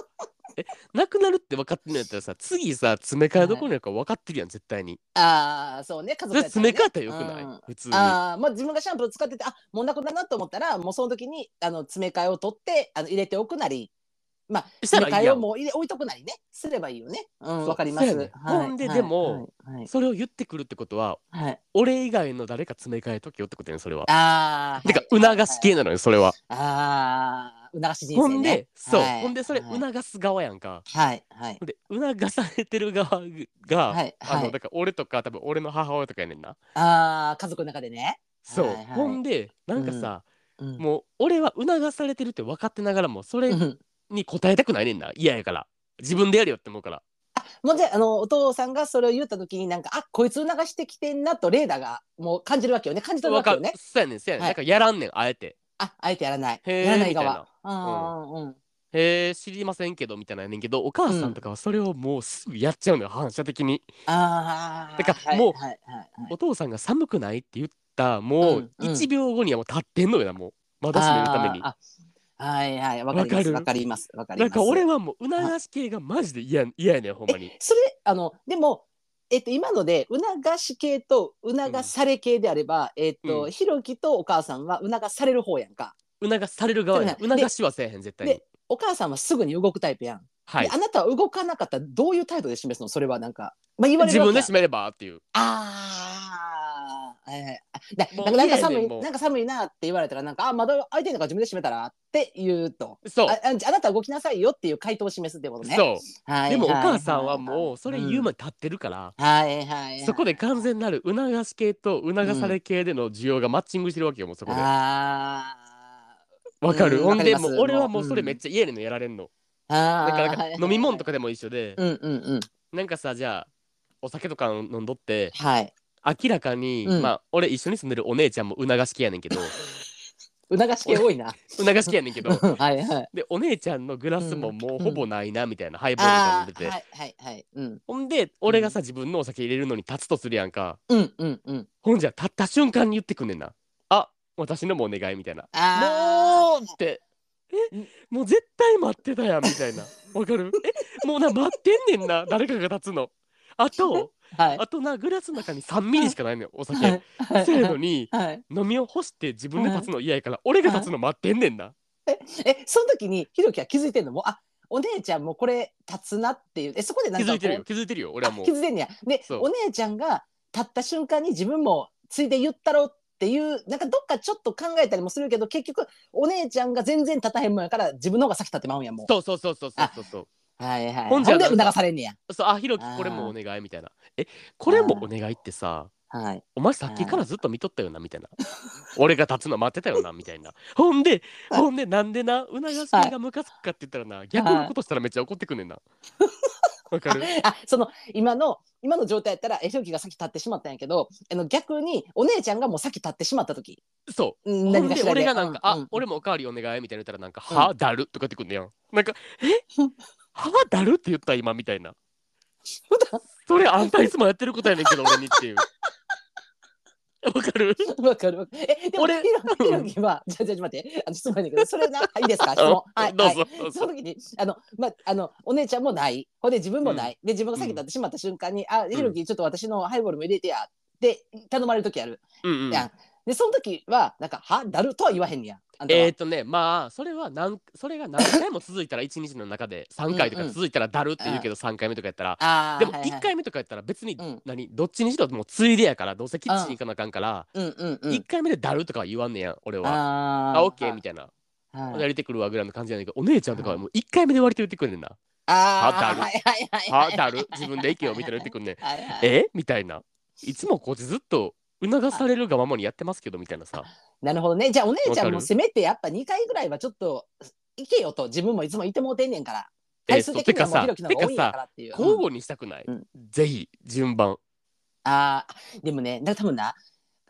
S1: えなくなるって分かってんのやったらさ次さ詰め替えどこにあるか分かってるやん絶対に
S2: ああ、そうね。家
S1: そ
S2: 族
S1: れ
S2: やったら
S1: 詰
S2: ね
S1: め替えたらよくない、
S2: うん
S1: 普通に
S2: ああ、まあ自分がシャンプー使ってて、あ、もうなくなるなと思ったら、もうその時に、あの、詰め替えを取って、あの、入れておくなり、
S1: した
S2: 詰め
S1: ら
S2: 替
S1: いい
S2: え
S1: や
S2: を
S1: ん
S2: もう入れ、置いとくなりね。すればいいよね。う
S1: そ
S2: ん、
S1: う
S2: わかります。
S1: そうやね
S2: はい
S1: ほんで
S2: はい
S1: でも
S2: はいはい
S1: それを言ってくるってことは
S2: はい。
S1: 俺以外の誰か詰め替えとけよってことやねんそれは
S2: ああ。
S1: てか促し系なのよそれは
S2: ああ、促し人生、
S1: ほ
S2: ね。
S1: んでそう
S2: はい
S1: ほんでそれ
S2: はい
S1: 促す側やんか
S2: はい、はい。
S1: で促されてる側が、
S2: はい、
S1: あ
S2: は
S1: の
S2: い
S1: だ。から俺とか多分俺の母親とかやねんな。
S2: ああ、家族の中でね。
S1: そう、
S2: はいはい
S1: ほんでなんかさ、
S2: うん
S1: もう俺は促されてるって分かってながらもそれ
S2: うん
S1: に答えたくないねんな嫌やから自分でやるよって思うから
S2: もうじゃあ、あの、お父さんがそれを言った時になんか、あ、こいつ促してきてんなと、レーダーがもう感じるわけよね。感じ取る
S1: 分
S2: わけ
S1: か
S2: よ
S1: る
S2: ね。
S1: そうやねんそうやねん、
S2: はい
S1: なんかやらんねんあえて
S2: あ、あえてやらない。
S1: へー
S2: やらない
S1: みたい
S2: 側
S1: な。
S2: うん、うん、うん。
S1: へえ知りませんけどみたいなんやねんけどお母さんとかはそれをもうすぐやっちゃうのよ反射的に、
S2: ああ。
S1: だから
S2: はい
S1: もう
S2: はい、はい、はい。
S1: お父さんが寒くないって言ったもう
S2: うんうん
S1: 1秒後にはもう立ってんのよなもう窓閉めるために
S2: あー。あはい、はい、わか
S1: わ
S2: りま
S1: か
S2: す。
S1: る
S2: わかります。わかり
S1: な
S2: ま
S1: ん
S2: す。
S1: か俺はもう促し系がマジで嫌嫌やねんほんまに
S2: それあのでも、えっと、今ので促し系と促され系であれば、えっと
S1: うん
S2: ひろきとお母さんは促される方やんか
S1: 促される側や
S2: で
S1: 促しはせえへん絶対に
S2: でお母さんはすぐに動くタイプやん、
S1: はい
S2: であなたは動かなかったらどういう態度で示すのそれはなんか、まあ、言われ
S1: 自
S2: るわけ
S1: 分で
S2: や
S1: 閉めればっていう
S2: あーはいはいあだ
S1: もう
S2: なん
S1: 嫌や
S2: かなんか
S1: ね
S2: 寒い
S1: もう
S2: なんか寒いなって言われたらなんかあ窓開いてんのから自分で閉めたらって言うと
S1: そう
S2: あああなたは動きなさいよっていう回答を示すってことね
S1: そう
S2: はいはい
S1: でもお母さんはもうそれ言うま
S2: ん
S1: で立ってるから
S2: はいはいはい
S1: そこで完全なる促し系と促され系での需要がマッチングしてるわけよもうそこで
S2: あ
S1: わかる
S2: うん
S1: ほんで
S2: わかり
S1: も
S2: ま
S1: う
S2: す
S1: 俺はもうそれ
S2: うん
S1: めっちゃ嫌やねんのやられんの
S2: ーあ
S1: なん
S2: ー
S1: かなんか
S2: はいはいはい
S1: 飲み物とかでも一緒で
S2: うんうんうん
S1: なんかさじゃあお酒とか飲んどって
S2: はい
S1: 明らかに
S2: うん
S1: まあ俺一緒に住んでるお姉ちゃんも促し系やねん
S2: (laughs)
S1: けど
S2: 促し系多いな
S1: 促し系やねんけど
S2: (laughs) はいはい
S1: でお姉ちゃんのグラスも
S2: うん
S1: もうほぼないなみたいな
S2: (laughs)
S1: ハイボールみたいなの
S2: あ
S1: 出て
S2: ーはいはいはいうん
S1: ほんで俺がさ自分のお酒入れるのに立つとするやんか
S2: うんうんうん
S1: ほんじゃ立った瞬間に言ってくんねんなあ私のもお願いみたいな
S2: あ
S1: もうってえもう絶対待ってたやんみたいなわかるえもうな待ってんねんな誰かが立つのあと
S2: ーはい
S1: あとなグラスの中に3ミリしかないのよお酒、
S2: はいはい
S1: せやのに
S2: はい
S1: 飲みを干して自分で立つの嫌やから俺が立つの待ってんねんな
S2: えその時にひろきは気づいてんのもうあお姉ちゃんもこれ立つなっていうえそこでな
S1: 気
S2: んか
S1: づ
S2: こ
S1: いうてるよ気づいてるよ俺はも
S2: あ
S1: う
S2: 気づいてんねやで
S1: そう
S2: お姉ちゃんが立った瞬間に自分もついで言ったろっていうなんかどっかちょっと考えたりもするけど結局お姉ちゃんが全然立たへんもんやから自分の方が先立ってまうんやも
S1: そうそうそうそうそうそうそう
S2: うはいはいほ
S1: ほ
S2: ん
S1: んじゃ
S2: で
S1: なんか
S2: 促されんねや
S1: そうあひろきこれもお願いみたいなえこれもお願いってさ
S2: はい
S1: お前さっきからずっと見とったよなみたいな
S2: (laughs)
S1: 俺が立つの待ってたよなみたいなほんでほんでなんでな促し系がムカつくかって言ったらな逆のことしたらめっちゃ怒ってくんねんなわかる
S2: あその今の今の状態やったらえひろきが先立ってしまったんやけどあの逆にお姉ちゃんがもう先立ってしまった時
S1: そううんほ
S2: 何
S1: ん
S2: か
S1: で
S2: しらで
S1: 俺がなんか「
S2: う
S1: あ、
S2: うん
S1: 俺もおかわりお願い」みたいな言ったらなんか「
S2: うん
S1: はだる」とかってくんねやんなんか
S2: (laughs)
S1: 「えはだる?」って言った今みたいなそれあんたいつもやってることやねんけど俺にっていうわかる
S2: わかるわかる。え、でも、
S1: 俺
S2: ひろひろきは、じゃあ、じゃあ、ちょっと待って、あの、質問やねんけど、それな、いいですか、質
S1: (laughs)
S2: 問。はい、
S1: どう
S2: は
S1: ぞどう
S2: い。そ
S1: ぞ
S2: の時に、あの、まあの、お姉ちゃんもない、ほんで、自分もない、で、自分が先立ってしまった瞬間に、あ、ひろき、ちょっと私のハイボールも入れてや。で、頼まれる時ある。
S1: うんうん
S2: やん。で、その時は、なんか、は、だるとは言わへんねや。あんたは
S1: えー、とねまあそれはなんそれが何回も続いたら1日の中で3回と
S2: うん
S1: か
S2: うん
S1: 続いたらだるって言うけど3回目とかやったら、
S2: あー
S1: でも
S2: はいはい
S1: 1回目とかやったら別に、
S2: うん
S1: 何どっちにしろもうついでやからどうせキッチン行かなあかんから、
S2: うんうんう
S1: 一
S2: ん
S1: 1回目でだるとかは言わんねや俺は。
S2: あ
S1: あオッケーみたいな、
S2: たい
S1: やりてくるわぐらいの感じやねんけどお姉ちゃんとかはもう1回目で割と言ってくるねんなあ
S2: あー
S1: だる
S2: はいは
S1: 「
S2: いはい
S1: は
S2: はい
S1: だる自分で行けよ」みたいな言ってくんねん
S2: はい (laughs) はい
S1: 「えみたいないつもこうやってずっと促されるがままにやってますけどみたいなさ
S2: なるほどね。じゃあお姉ちゃん
S1: わか
S2: も
S1: る
S2: せめてやっぱ2回ぐらいはちょっと行けよと自分もいつも言ってもうてんねんから。
S1: えー
S2: 回数的には
S1: そうてかさ
S2: もうひろきの方が多いんやからっていう。
S1: 交
S2: うん
S1: 互にしたくない、
S2: うん
S1: ぜひ順番
S2: あーでもね、だから多分な、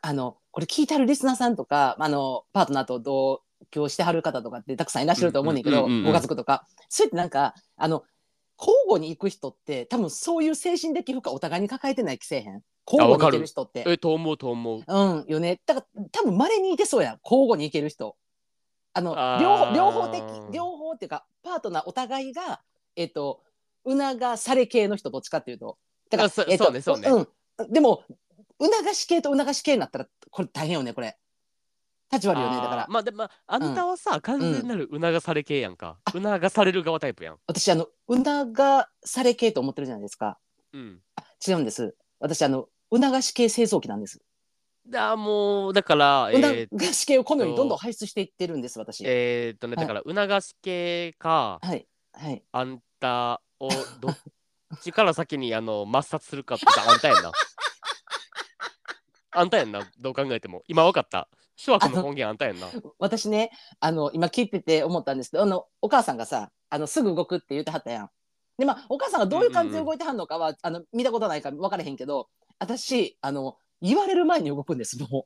S2: あの、これ聞いてあるリスナーさんとか、あの、パートナーとどう居してはる方とかってたくさんいらっしゃると思うねんけ
S1: う
S2: ど、
S1: んうんうんうん
S2: ご家族とか。そうやってなんか、あの、交互に行く人って、多分そういう精神的負荷お互いに抱えてない気せえへん。交互に行ける人って。
S1: えと思うと思う
S2: うん、よね。だから、多分稀にいてそうやん。交互にいける人。あの、
S1: あー
S2: 両方、両方的、両方っていうか、パートナーお互いが、えっ、と、促され系の人、どっちかっていうと。だから、
S1: あそ
S2: えっと
S1: そうねそうね
S2: うん。でも、促し系と促し系になったら、これ大変よね、これ。立場あるよね、だか
S1: あ
S2: ら
S1: ー。まあでもまああなたはさ、完全なる促され系やんか、促される側タイプやん
S2: 私、あの、促され系と思ってるじゃないですか。
S1: うん
S2: あ違うんです。私、あの、促し系製造機なんです。
S1: だもうだからえー
S2: 促し系をこのようにどんどん排出していってるんです、私。
S1: えーっとねだから促し系か
S2: はい。はい。
S1: あんたをどっちから先にあの抹殺するかって言ったらあんた
S2: (laughs)
S1: やんなあんたやんなどう考えても今わかった諸悪の根源あんたやんな
S2: 私ねあの今聞いてて思ったんですけどあのお母さんがさあのすぐ動くって言ってはったやん。でまあお母さんがどういう感じで動いてはんのかは、あの見たことないから分からへんけど私あの言われる前に動くんですもう。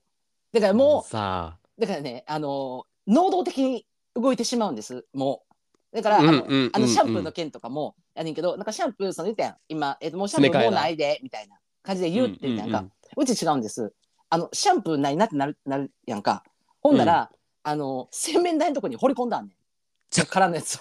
S2: だからも
S1: さ
S2: うだからねあの能動的に動いてしまうんですもう。だから、
S1: うん
S2: あの
S1: うんうん
S2: あのシャンプー
S1: う
S2: の
S1: ん
S2: 件とかもやねんけどなんかシャンプーその言ったやん今、えっともうシャンプ
S1: 詰め替え
S2: ーもう
S1: な
S2: ないでみたいな感じで
S1: あ
S2: 言うって言ったやんか。
S1: うんうん
S2: うち違うんです。あの、シャンプーないなってなる、なるやんか。ほんなら、あの、洗面台のとこに掘り込んだんねん。
S1: ちょ
S2: からのや
S1: (laughs)
S2: つを。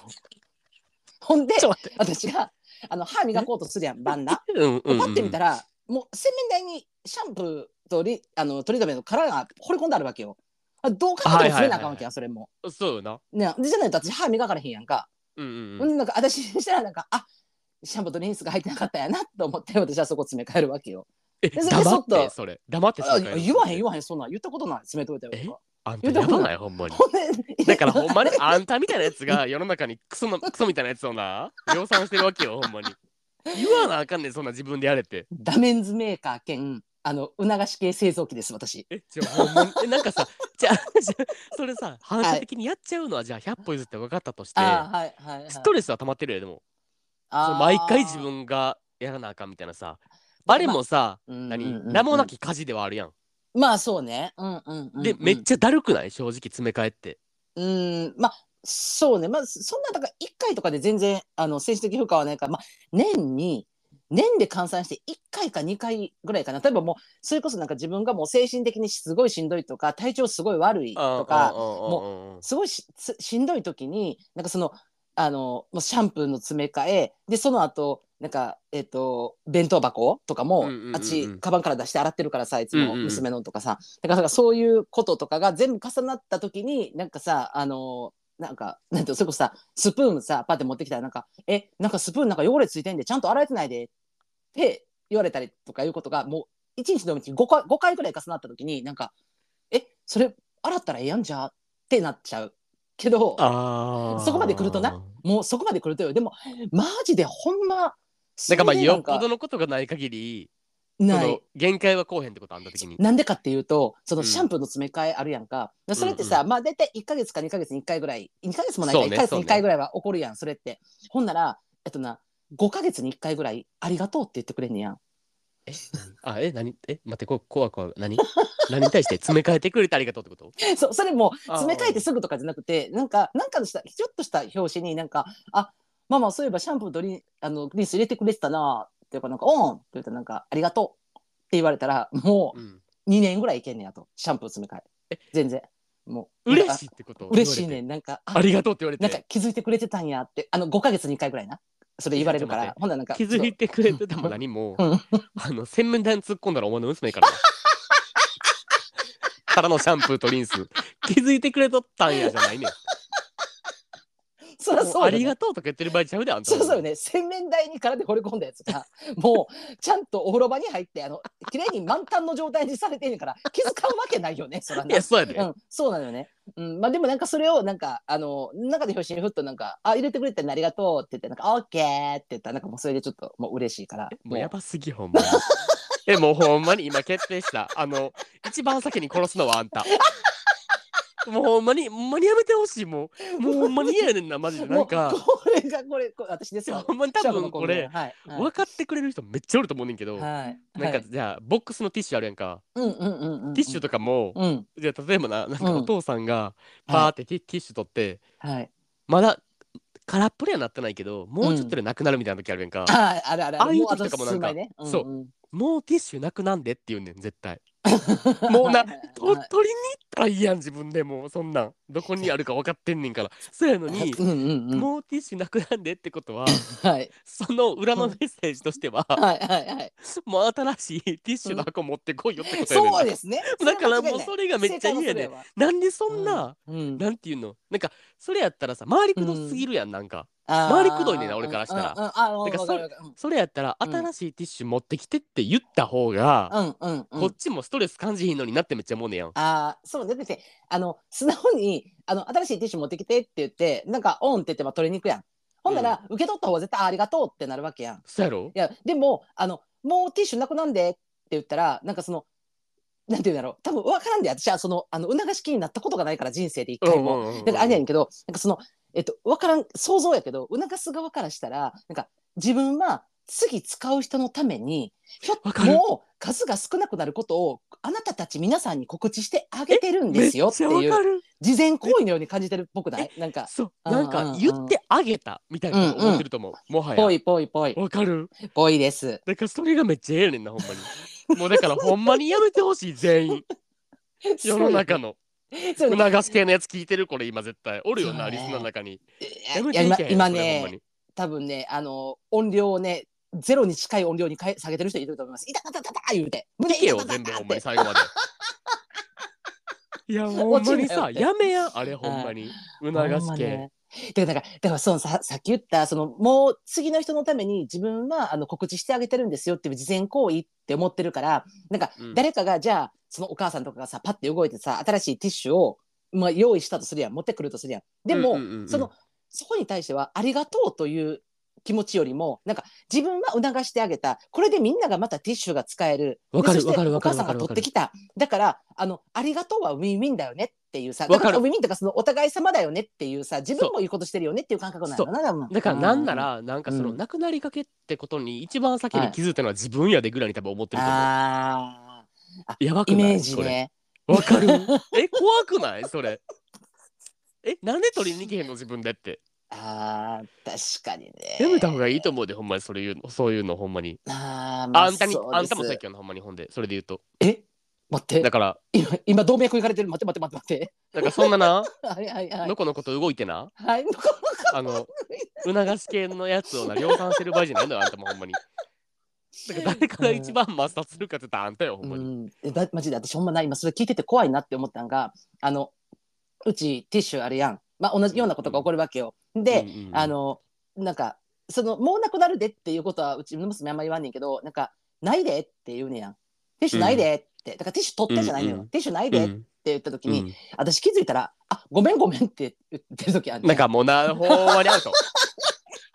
S2: ほんで
S1: うん、ちょっと
S2: 私が、あの、歯磨こうとするやん、バン
S1: 待
S2: ナ。
S1: ってうんうん
S2: パってみた
S1: ら
S2: ら、もう洗面台にシャンプーとリ、あの、トリートメントの殻が掘り込んであるわけよ。あどう考えても触れなあかんわけやん、それも。
S1: そうよな
S2: ね、でじゃないと私歯磨かれへんやんか。
S1: うんうん
S2: ほ
S1: うんん
S2: でなんか私にしたらなんか、あシャンプーとリンスが入ってなかったんやなと思って、私はそこ詰め替えるわけよ。
S1: え
S2: でそれで
S1: 黙
S2: そ
S1: っ
S2: っと
S1: てそれ黙って
S2: あ言わへん言
S1: わ
S2: わへんそんなん言ったことない詰めといたよ
S1: あんたやばないほんまに
S2: ほんで
S1: だからほんまにあんたみたいなやつが世の中にクソなクソみたいなやつをな量産してるわけよほんまに言わなあかんねんそんな自分でやれって
S2: ダメンズメーカー兼あの促し系製造機です私
S1: えじゃあほんまにえなんかさじゃあ (laughs) じゃあそれさ反射的にやっちゃうのはじゃあ100歩譲って分かったとして
S2: ああはいはい、はい、
S1: ストレスは溜まってるよでもそ
S2: あ
S1: の
S2: ー
S1: 毎回自、分がやらなあかんみたいなさあれもさ
S2: うんうんうんう
S1: 何
S2: ん
S1: 名もなき家事ではあるやん
S2: まあそうねうんうんうんうん
S1: でめっちゃだるくない正直詰め替えって
S2: うんまあそうねまあそんなだから1回とかで全然あの精神的負荷はないからまあ年に年で換算して1回か2回ぐらいかな例えばもうそれこそなんか自分がもう精神的にすごいしんどいとか体調すごい悪いとか
S1: も
S2: すごいしつしんどい時になんかそのあのもうシャンプーの詰め替えでその後なんかえっ、と弁当箱とかも、
S1: うんうんうんうん
S2: あっちカバンから出して洗ってるからさいつも
S1: うんうん
S2: 娘のとかさ、だからなんかそういうこととかが全部重なった時になんかさあのなんかなんていうのそれこそさスプーンさパッて持ってきたらなんか「えなんかスプーンなんか汚れついてんでちゃんと洗えてないで」って言われたりとかいうことがもう1日のうちに5回 ,5 回ぐらい重なった時になんか「えそれ洗ったらええやんじゃ」ってなっちゃうけど
S1: あー
S2: そこまで来るとなもうそこまで来るとよでもマジでほんま
S1: だからまあ
S2: それで
S1: よっ
S2: か
S1: ぽどのことがない限りそ
S2: な
S1: の
S2: い
S1: 限界はこうへんってことあんだ的に
S2: なんでかっていうとその
S1: うん
S2: シャンプーの詰め替えあるやんか、それってさ、
S1: うん
S2: まあ大体1か月か2か月に1回ぐらい2か月もないか
S1: そう
S2: 1
S1: ね
S2: か月に1
S1: そう
S2: 回
S1: ね
S2: ぐらいは起こるやんそれってほんならえっとな5か月に1回ぐらい「ありがとう」って言ってくれんねやん
S1: え何あえ何え待ってこ怖い怖い何何に対して詰め替えてくれてありがとうって
S2: (laughs)
S1: こと
S2: そそれも
S1: あー
S2: 詰め替えてすぐとかじゃなくてなんかなんかのしたちょっとした表紙になんか「あママそういえばシャンプーとリンあのリンス入れてくれてたな」っていうかなんか「うん」って言ったらなんか「ありがとう」って言われたらも
S1: うん
S2: う2年ぐらいいけんねやとシャンプー詰め替え全然もう
S1: 嬉し
S2: い
S1: いってこと
S2: 嬉しいね
S1: 言われて
S2: んなんかあ
S1: ありがとうって言われ
S2: なんか
S1: て
S2: 気づいてくれてたんやってあの5か月に1回ぐらいなそれ言われるか
S1: いや
S2: らほんならなんか
S1: 気づいてくれてたも何も
S2: うん
S1: あの洗面台に突っ込んだらお前の娘やからなからのシャンプーとリンス気づいてくれとったんやじゃ
S2: (laughs)
S1: ないねん
S2: そりゃそう
S1: あ
S2: よ
S1: り
S2: ね
S1: がとうとか言ってる場合ちゃうであんた
S2: そうそうよね洗面台にからで掘り込んだやつがもうちゃんとお風呂場に入ってあの綺麗に満タンの状態にされてるから気遣うわけないよね
S1: (laughs)
S2: そら
S1: い
S2: ね
S1: や。そうやで、
S2: うん、そうなのよね、うんまあ、でもなんかそれをなんかあの中で表紙にふっとなんか「あ入れてくれてんのありがとう」って言って「なんかオッケー」って言ったらなんかもうそれでちょっともう嬉しいから
S1: もうやばすぎほんまに。えもうほんまに今決定した。あの一番先に殺すのはあんた。もうほんまに、ほんまにやめてほしい、もう。もうほんまに嫌やねんな、マジで。なんか
S2: もう、これがこれこれ私ですよ
S1: ほんまに多分これ、
S2: はいはい
S1: 分かってくれる人めっちゃおると思うねんけど、
S2: はい
S1: なん
S2: は
S1: か
S2: い
S1: じゃあ、ボックスのティッシュあるやんか。
S2: うんうんうんうん
S1: ティッシュとかも、
S2: うん
S1: じゃあ例えばな、なん
S2: う
S1: か
S2: ん
S1: お父さんが、パーってティティッシュ取って、
S2: はい
S1: まだ空っぽにはなってないけど、もうちょっとでなくなるみたいな時あるやんか。
S2: ああるある
S1: ああいう
S2: うあ
S1: 時とかもなんか
S2: 数枚ね
S1: そうん
S2: ん
S1: もうティッシュなくなんでって言うねん、絶対。もうな、と取りに行ったらいいやん、自分でもう、そんなん。どこにあるか分かってんね
S2: (laughs)
S1: んから。そうやのに、
S2: うんうんうん
S1: もうティッシュなくなんでってことは、
S2: はい
S1: その裏のメッセージとしては、
S2: はいはいはい
S1: もう新しいティッシュの箱持ってこいよってことやねんな
S2: そうですね
S1: だからもうそれがめっちゃ嫌やねん。なんでそんな、
S2: う
S1: (laughs)
S2: ん
S1: なんていうのなんかそれやったらさ回りくどすぎるやん、なんか
S2: 周
S1: 回りくどいねんな俺からしたら
S2: ああわ
S1: だ
S2: か
S1: から
S2: る
S1: それ
S2: わかる
S1: それやったら
S2: うん
S1: 新しいティッシュ持ってきてって言った方が、
S2: うんうんうん
S1: こっちもストレス感じひんのになってめっちゃ思うねやん、
S2: ああ、そう、だって、あの、素直に、あの、新しいティッシュ持ってきてって言って、なんか、オンって言ってば取りに行くやん。ほんなら、受け取った方は絶対あありがとうってなるわけやん。い
S1: そうやろ
S2: や、でも、あの、もうティッシュなくなんでって言ったら、なんかその、なんて言うんだろう。多分分からんで、私はその、あの、促し気になったことがないから、人生で一回も。
S1: うんうんうん
S2: なんかあれやねんけど、なんかその、えっと、わからん、想像やけど、促す側からしたら、なんか、自分は次使う人のために、ひょ
S1: わ
S2: っ
S1: かる
S2: もう数が少なくなることを、あなたたち皆さんに告知してあげてるんですよって
S1: めっ
S2: い
S1: ちゃわか
S2: う、
S1: る
S2: 事前行為のように感じてる僕ないなんか、
S1: そう
S2: うん
S1: なん
S2: うんう
S1: か
S2: ん
S1: 言ってあげたみたいなこと思ってると思う、もは
S2: ぽ
S1: や
S2: いぽいぽい、
S1: わかる
S2: ぽいです。
S1: だからそれがめっちゃええねんなほんまにもうだからほんまにやめてほしい全
S2: (laughs)
S1: 員世の中の
S2: そうね、
S1: 促し系のやつ聞いてるこれ今絶対おるよな、
S2: そう
S1: リ
S2: ね
S1: スナーの中に
S2: そうねい
S1: て
S2: や今
S1: けへん
S2: 今
S1: それほんま
S2: ね
S1: に、
S2: 多分ね、あの、音量をね、ゼロに近い音量に変え下げてる人いると思います。いたたたたた言うて、胸
S1: 聞け
S2: 痛
S1: よ
S2: たた
S1: 全部
S2: た
S1: ほ
S2: っ
S1: んまに
S2: て。
S1: 最後までいやほんまにさ
S2: 落ちるなよって
S1: やめやあれほんまに促
S2: ほんま
S1: し系
S2: ねだから、だからだからそのさ、さっき言った、その、もう次の人のために自分はあの告知してあげてるんですよっていう事前行為って思ってるから、なんか
S1: うん、
S2: 誰かが、じゃあ、そのお母さんとかがさ、パッて動いてさ、新しいティッシュを、まあ、用意したとするやん、持ってくるとするやん。で
S1: う
S2: も、
S1: んうんうんうん
S2: その、そこに対しては、ありがとうという気持ちよりも、なんか、自分は促してあげた、これでみんながまたティッシュが使える。
S1: わかる
S2: でそして
S1: わかるわかる
S2: お母さん
S1: わか
S2: が
S1: るわ
S2: 取
S1: か
S2: っ
S1: る
S2: てきた。だから、あの、ありがとうはウィンウィンだよねっていうさ、
S1: わ
S2: だ
S1: か
S2: か
S1: る
S2: らウィンウィンとかそのお互い様だよねっていうさ、自分もいいことしてるよねっていう感覚なんだな、多分
S1: だからなんな、らなんかその
S2: うん
S1: なくなりかけってことに一番先に気づいたのは自分やでぐらいに多分思ってると思う
S2: あ
S1: やば
S2: あー、
S1: く
S2: イ
S1: ない
S2: メージ
S1: それ
S2: ね。
S1: わかる (laughs) え怖くないそれえなんで取りに行けへんの自分でって
S2: ああ、確かにね。
S1: やめた方がいいと思うでほんまにそれ言うのそういうのほんまに
S2: あー、まあ、
S1: あんたに
S2: そうです
S1: あんたもそうやけどなほんまにほんでそれで言うと
S2: え待って
S1: だ、から
S2: 今、今動脈いかれてる。待って待って待って
S1: だからそんなな
S2: 待って。 (laughs) はいはいはい
S1: の。このこと動いてな
S2: はい、のこ
S1: あの促し系のやつをな量産してる場合じゃないのよあんたもほんまにだから誰から一番抹殺するかって言ったらあんたよほんま
S2: う
S1: に、
S2: ん、えだマジで私ほんまない今それ聞いてて怖いなって思ったんがあのうちティッシュあるやん、まあ、同じようなことが起こるわけよ。で、
S1: うんうん
S2: あのなんかそのもうなくなるでっていうことはうちの娘あんまり言わんねんけどなんか「ないで」って言うねやん。ティッシュないでって、だからティッシュ取ってじゃないのよ、
S1: うんうん
S2: ティッシュないうでって
S1: ん
S2: 言った時
S1: う
S2: に、
S1: ん
S2: 私気づいたら「あごめんごめん」って言ってる時ある、ね、
S1: なんかもうなほんまにアウ
S2: (laughs)
S1: ト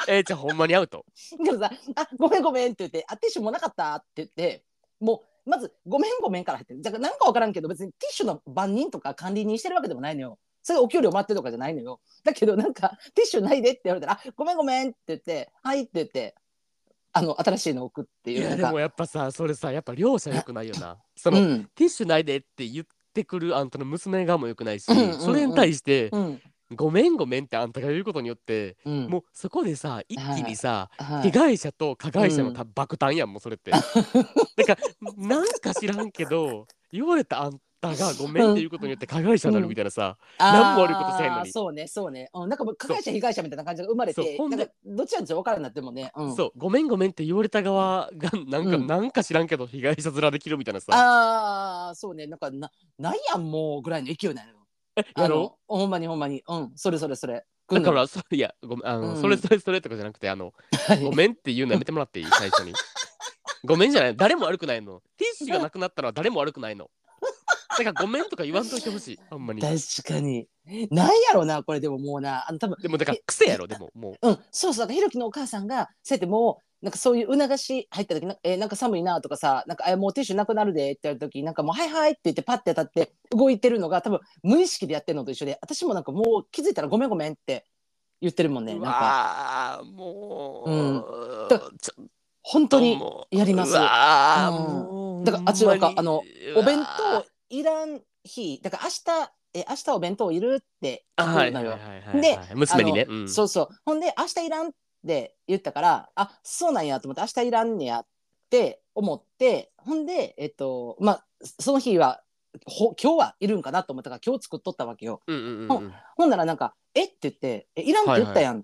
S1: えー、じゃあほんまにアウト
S2: でもさ「あごめんごめん」って言って「あティッシュもうなかった」って言ってもうまず「ごめんごめん」から入ってるだからなんか分からんけど別にティッシュの番人とか管理人してるわけでもないのよそれお給料もらってるとかじゃないのよだけどなんか「ティッシュないで」って言われたらあ「ごめんごめん」って言って「はい」って言ってあの新しいの送って
S1: い
S2: いう
S1: や
S2: なん
S1: で
S2: か
S1: もやっぱさそれさやっぱ両者よくないよ
S2: (laughs)
S1: なその、
S2: うん
S1: ティッシュないでって言ってくるあんたの娘側もよくないし、
S2: うんうんうん
S1: それに対して、
S2: うん
S1: ごめんごめんってあんたが言うことによって、
S2: うん
S1: もうそこでさ一気にさ、
S2: は
S1: 被
S2: い
S1: 害者と加害者のた、爆誕やんもうそれ
S2: (laughs)
S1: ってなんかなんか知らんけど言われたあんたがごめんっていうことによって加害者になるみたいなさ、何も悪いことせんのに
S2: あーそうねそうね、うん、なんかもう加害者被害者みたいな感じが生まれ
S1: そう
S2: て
S1: ほん
S2: な
S1: で
S2: んかどっちなんじゃ分からんなってもね、うん、
S1: そうごめんごめんって言われた側がなんか、
S2: うん
S1: なんか知らんけど被害者面できるみたいなさ
S2: ああ、そうね。なんかな、ないやん、もう、ぐらいの勢いなのよ。
S1: やろ
S2: あのほんまにほんまに。うん、それそれそれ。
S1: だからそいやごめんあの、
S2: うん
S1: それそれそれとかじゃなくてあの
S2: 来んの、
S1: ごめんって言うのやめてもらっていい最初に。ごめんじゃない誰も悪くないの。ティッシュがなくなったのは誰も悪くないの。だからごめんとか言わんといてほしい。ほんまに。
S2: はい確かに。ないやろな、これでももうな。あの、多分
S1: でもだから癖やろでもも
S2: うん、そうそう、だからひろきのお母さんが、そうやってもう、なんかそういう促し入った時な、えーなんか寒いなとかさ、なんか、えもうティッシュなくなるでって言われた時、なんかもう、はいはいって言って、パッて立って動いてるのが、多分無意識でやってるのと一緒で、私もなんかもう気づいたらごめんごめんって言ってるもんね。なんか、
S1: わあもう、
S2: んだ
S1: ちょっ
S2: 本当
S1: と
S2: に
S1: もう
S2: やります
S1: うわあ、
S2: うん
S1: もう
S2: だからあっち
S1: ほ
S2: は
S1: んまに
S2: あの
S1: うわ
S2: お弁当いらん日、だから明日、え明日お弁当いるって
S1: あ
S2: 聞くのよ。
S1: はいはいはいはいはい
S2: で
S1: 娘にね、
S2: あ
S1: う
S2: の
S1: ん、
S2: そうそうほんで明日いらんって言ったからあそうなんやと思って明日いらんねやって思ってほんでえっとまあその日はほ今日はいるんかなと思ったから今日作っとったわけよ
S1: うんうんうん
S2: ほんならなんか「えっ?」て言って「えいらんって言ったやん」っ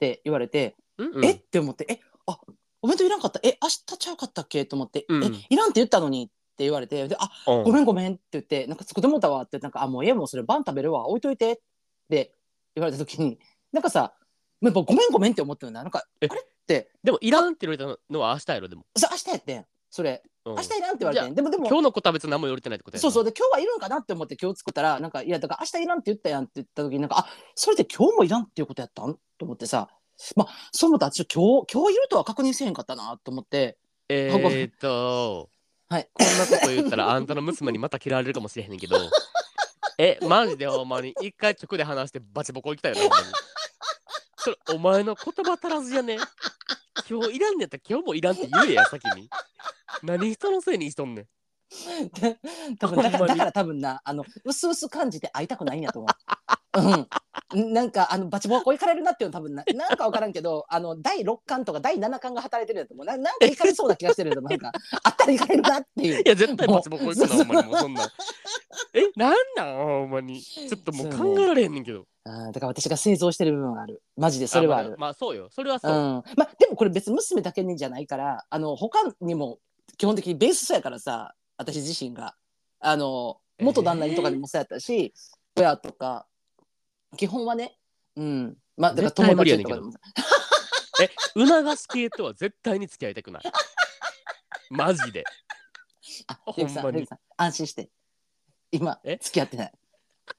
S2: て言われて
S1: うん
S2: 「
S1: うん
S2: えっ?」て思って「えあお弁当いらんかったえ明日ちゃうかったっけ?」と思って「
S1: うん
S2: えいらんって言ったのに」って言われてで「あ
S1: うん
S2: ごめんごめん」って言って「なんか作ってもうたわ」って「なんかあもうええもうそれ晩食べるわ置いといて」って言われた時になんかさもうやっぱごめんごめんって思ったよななんかあ
S1: え
S2: れって
S1: でもいらんって言われたのは明日やろでも、
S2: それ明日やってんそれ
S1: うん
S2: 明日いらんって言われてんでもでも
S1: 今日のことは別に何も言われてないってことやな
S2: そうそうで今日はいるんかなって思って今日作ったらなんかいやだから明日いらんって言ったやんって言った時になんかあそれで今日もいらんっていうことやったんと思ってさまあそう思ったらちょ今日今日いるとは確認せへんかったなと思って
S1: え
S2: ごめ
S1: ーっと、 (laughs)
S2: はい
S1: こんなこと言ったらあんたの娘にまた嫌われるかもしれへんねんけど、え、マジでほんまに、一回直で話してバチボコ行きたいよな、ほんまに。それ、お前の言葉足らずやね。今日いらんねやったら今日もいらんって言えや、先に。何人のせいにしとんねん。
S2: で多分だか
S1: ほんま
S2: らだ
S1: に
S2: から多分なあの薄々感じて会いたくないんやと思う。うん、なんかあのバチボコ行かれるなっていうの多分ななんか分からんけどあの第6巻とか第7巻が働いてるやと思うななんか行かれそうな気がしてるやと思うなんかあったら行かれるなっていう
S1: いや、絶対バチボコ行くな、ほ
S2: もう
S1: ま
S2: ん
S1: に。もうそんなん。え、なんなん、ほんまに。ちょっともう考えられへんねんけど。
S2: うんだから私が製造してる部分はあるマジでそれはあ
S1: ま
S2: る
S1: まあ、そうよ。それは
S2: う
S1: そ
S2: ん
S1: う。
S2: まあでもこれ別に娘だけにじゃないからあの他にも基本的にベースそうやからさ私自身があの元旦那にとかにもそうやったし親、とか基本はねうんまあだから
S1: 絶対
S2: 友
S1: 無理や
S2: 達
S1: ねん
S2: と
S1: け
S2: か
S1: ど
S2: でも
S1: え、促し系とは絶対に付き合いたくない。マジで。
S2: あ
S1: ほんまに
S2: レイクさんレイクさん安心して今
S1: え
S2: 付き合ってない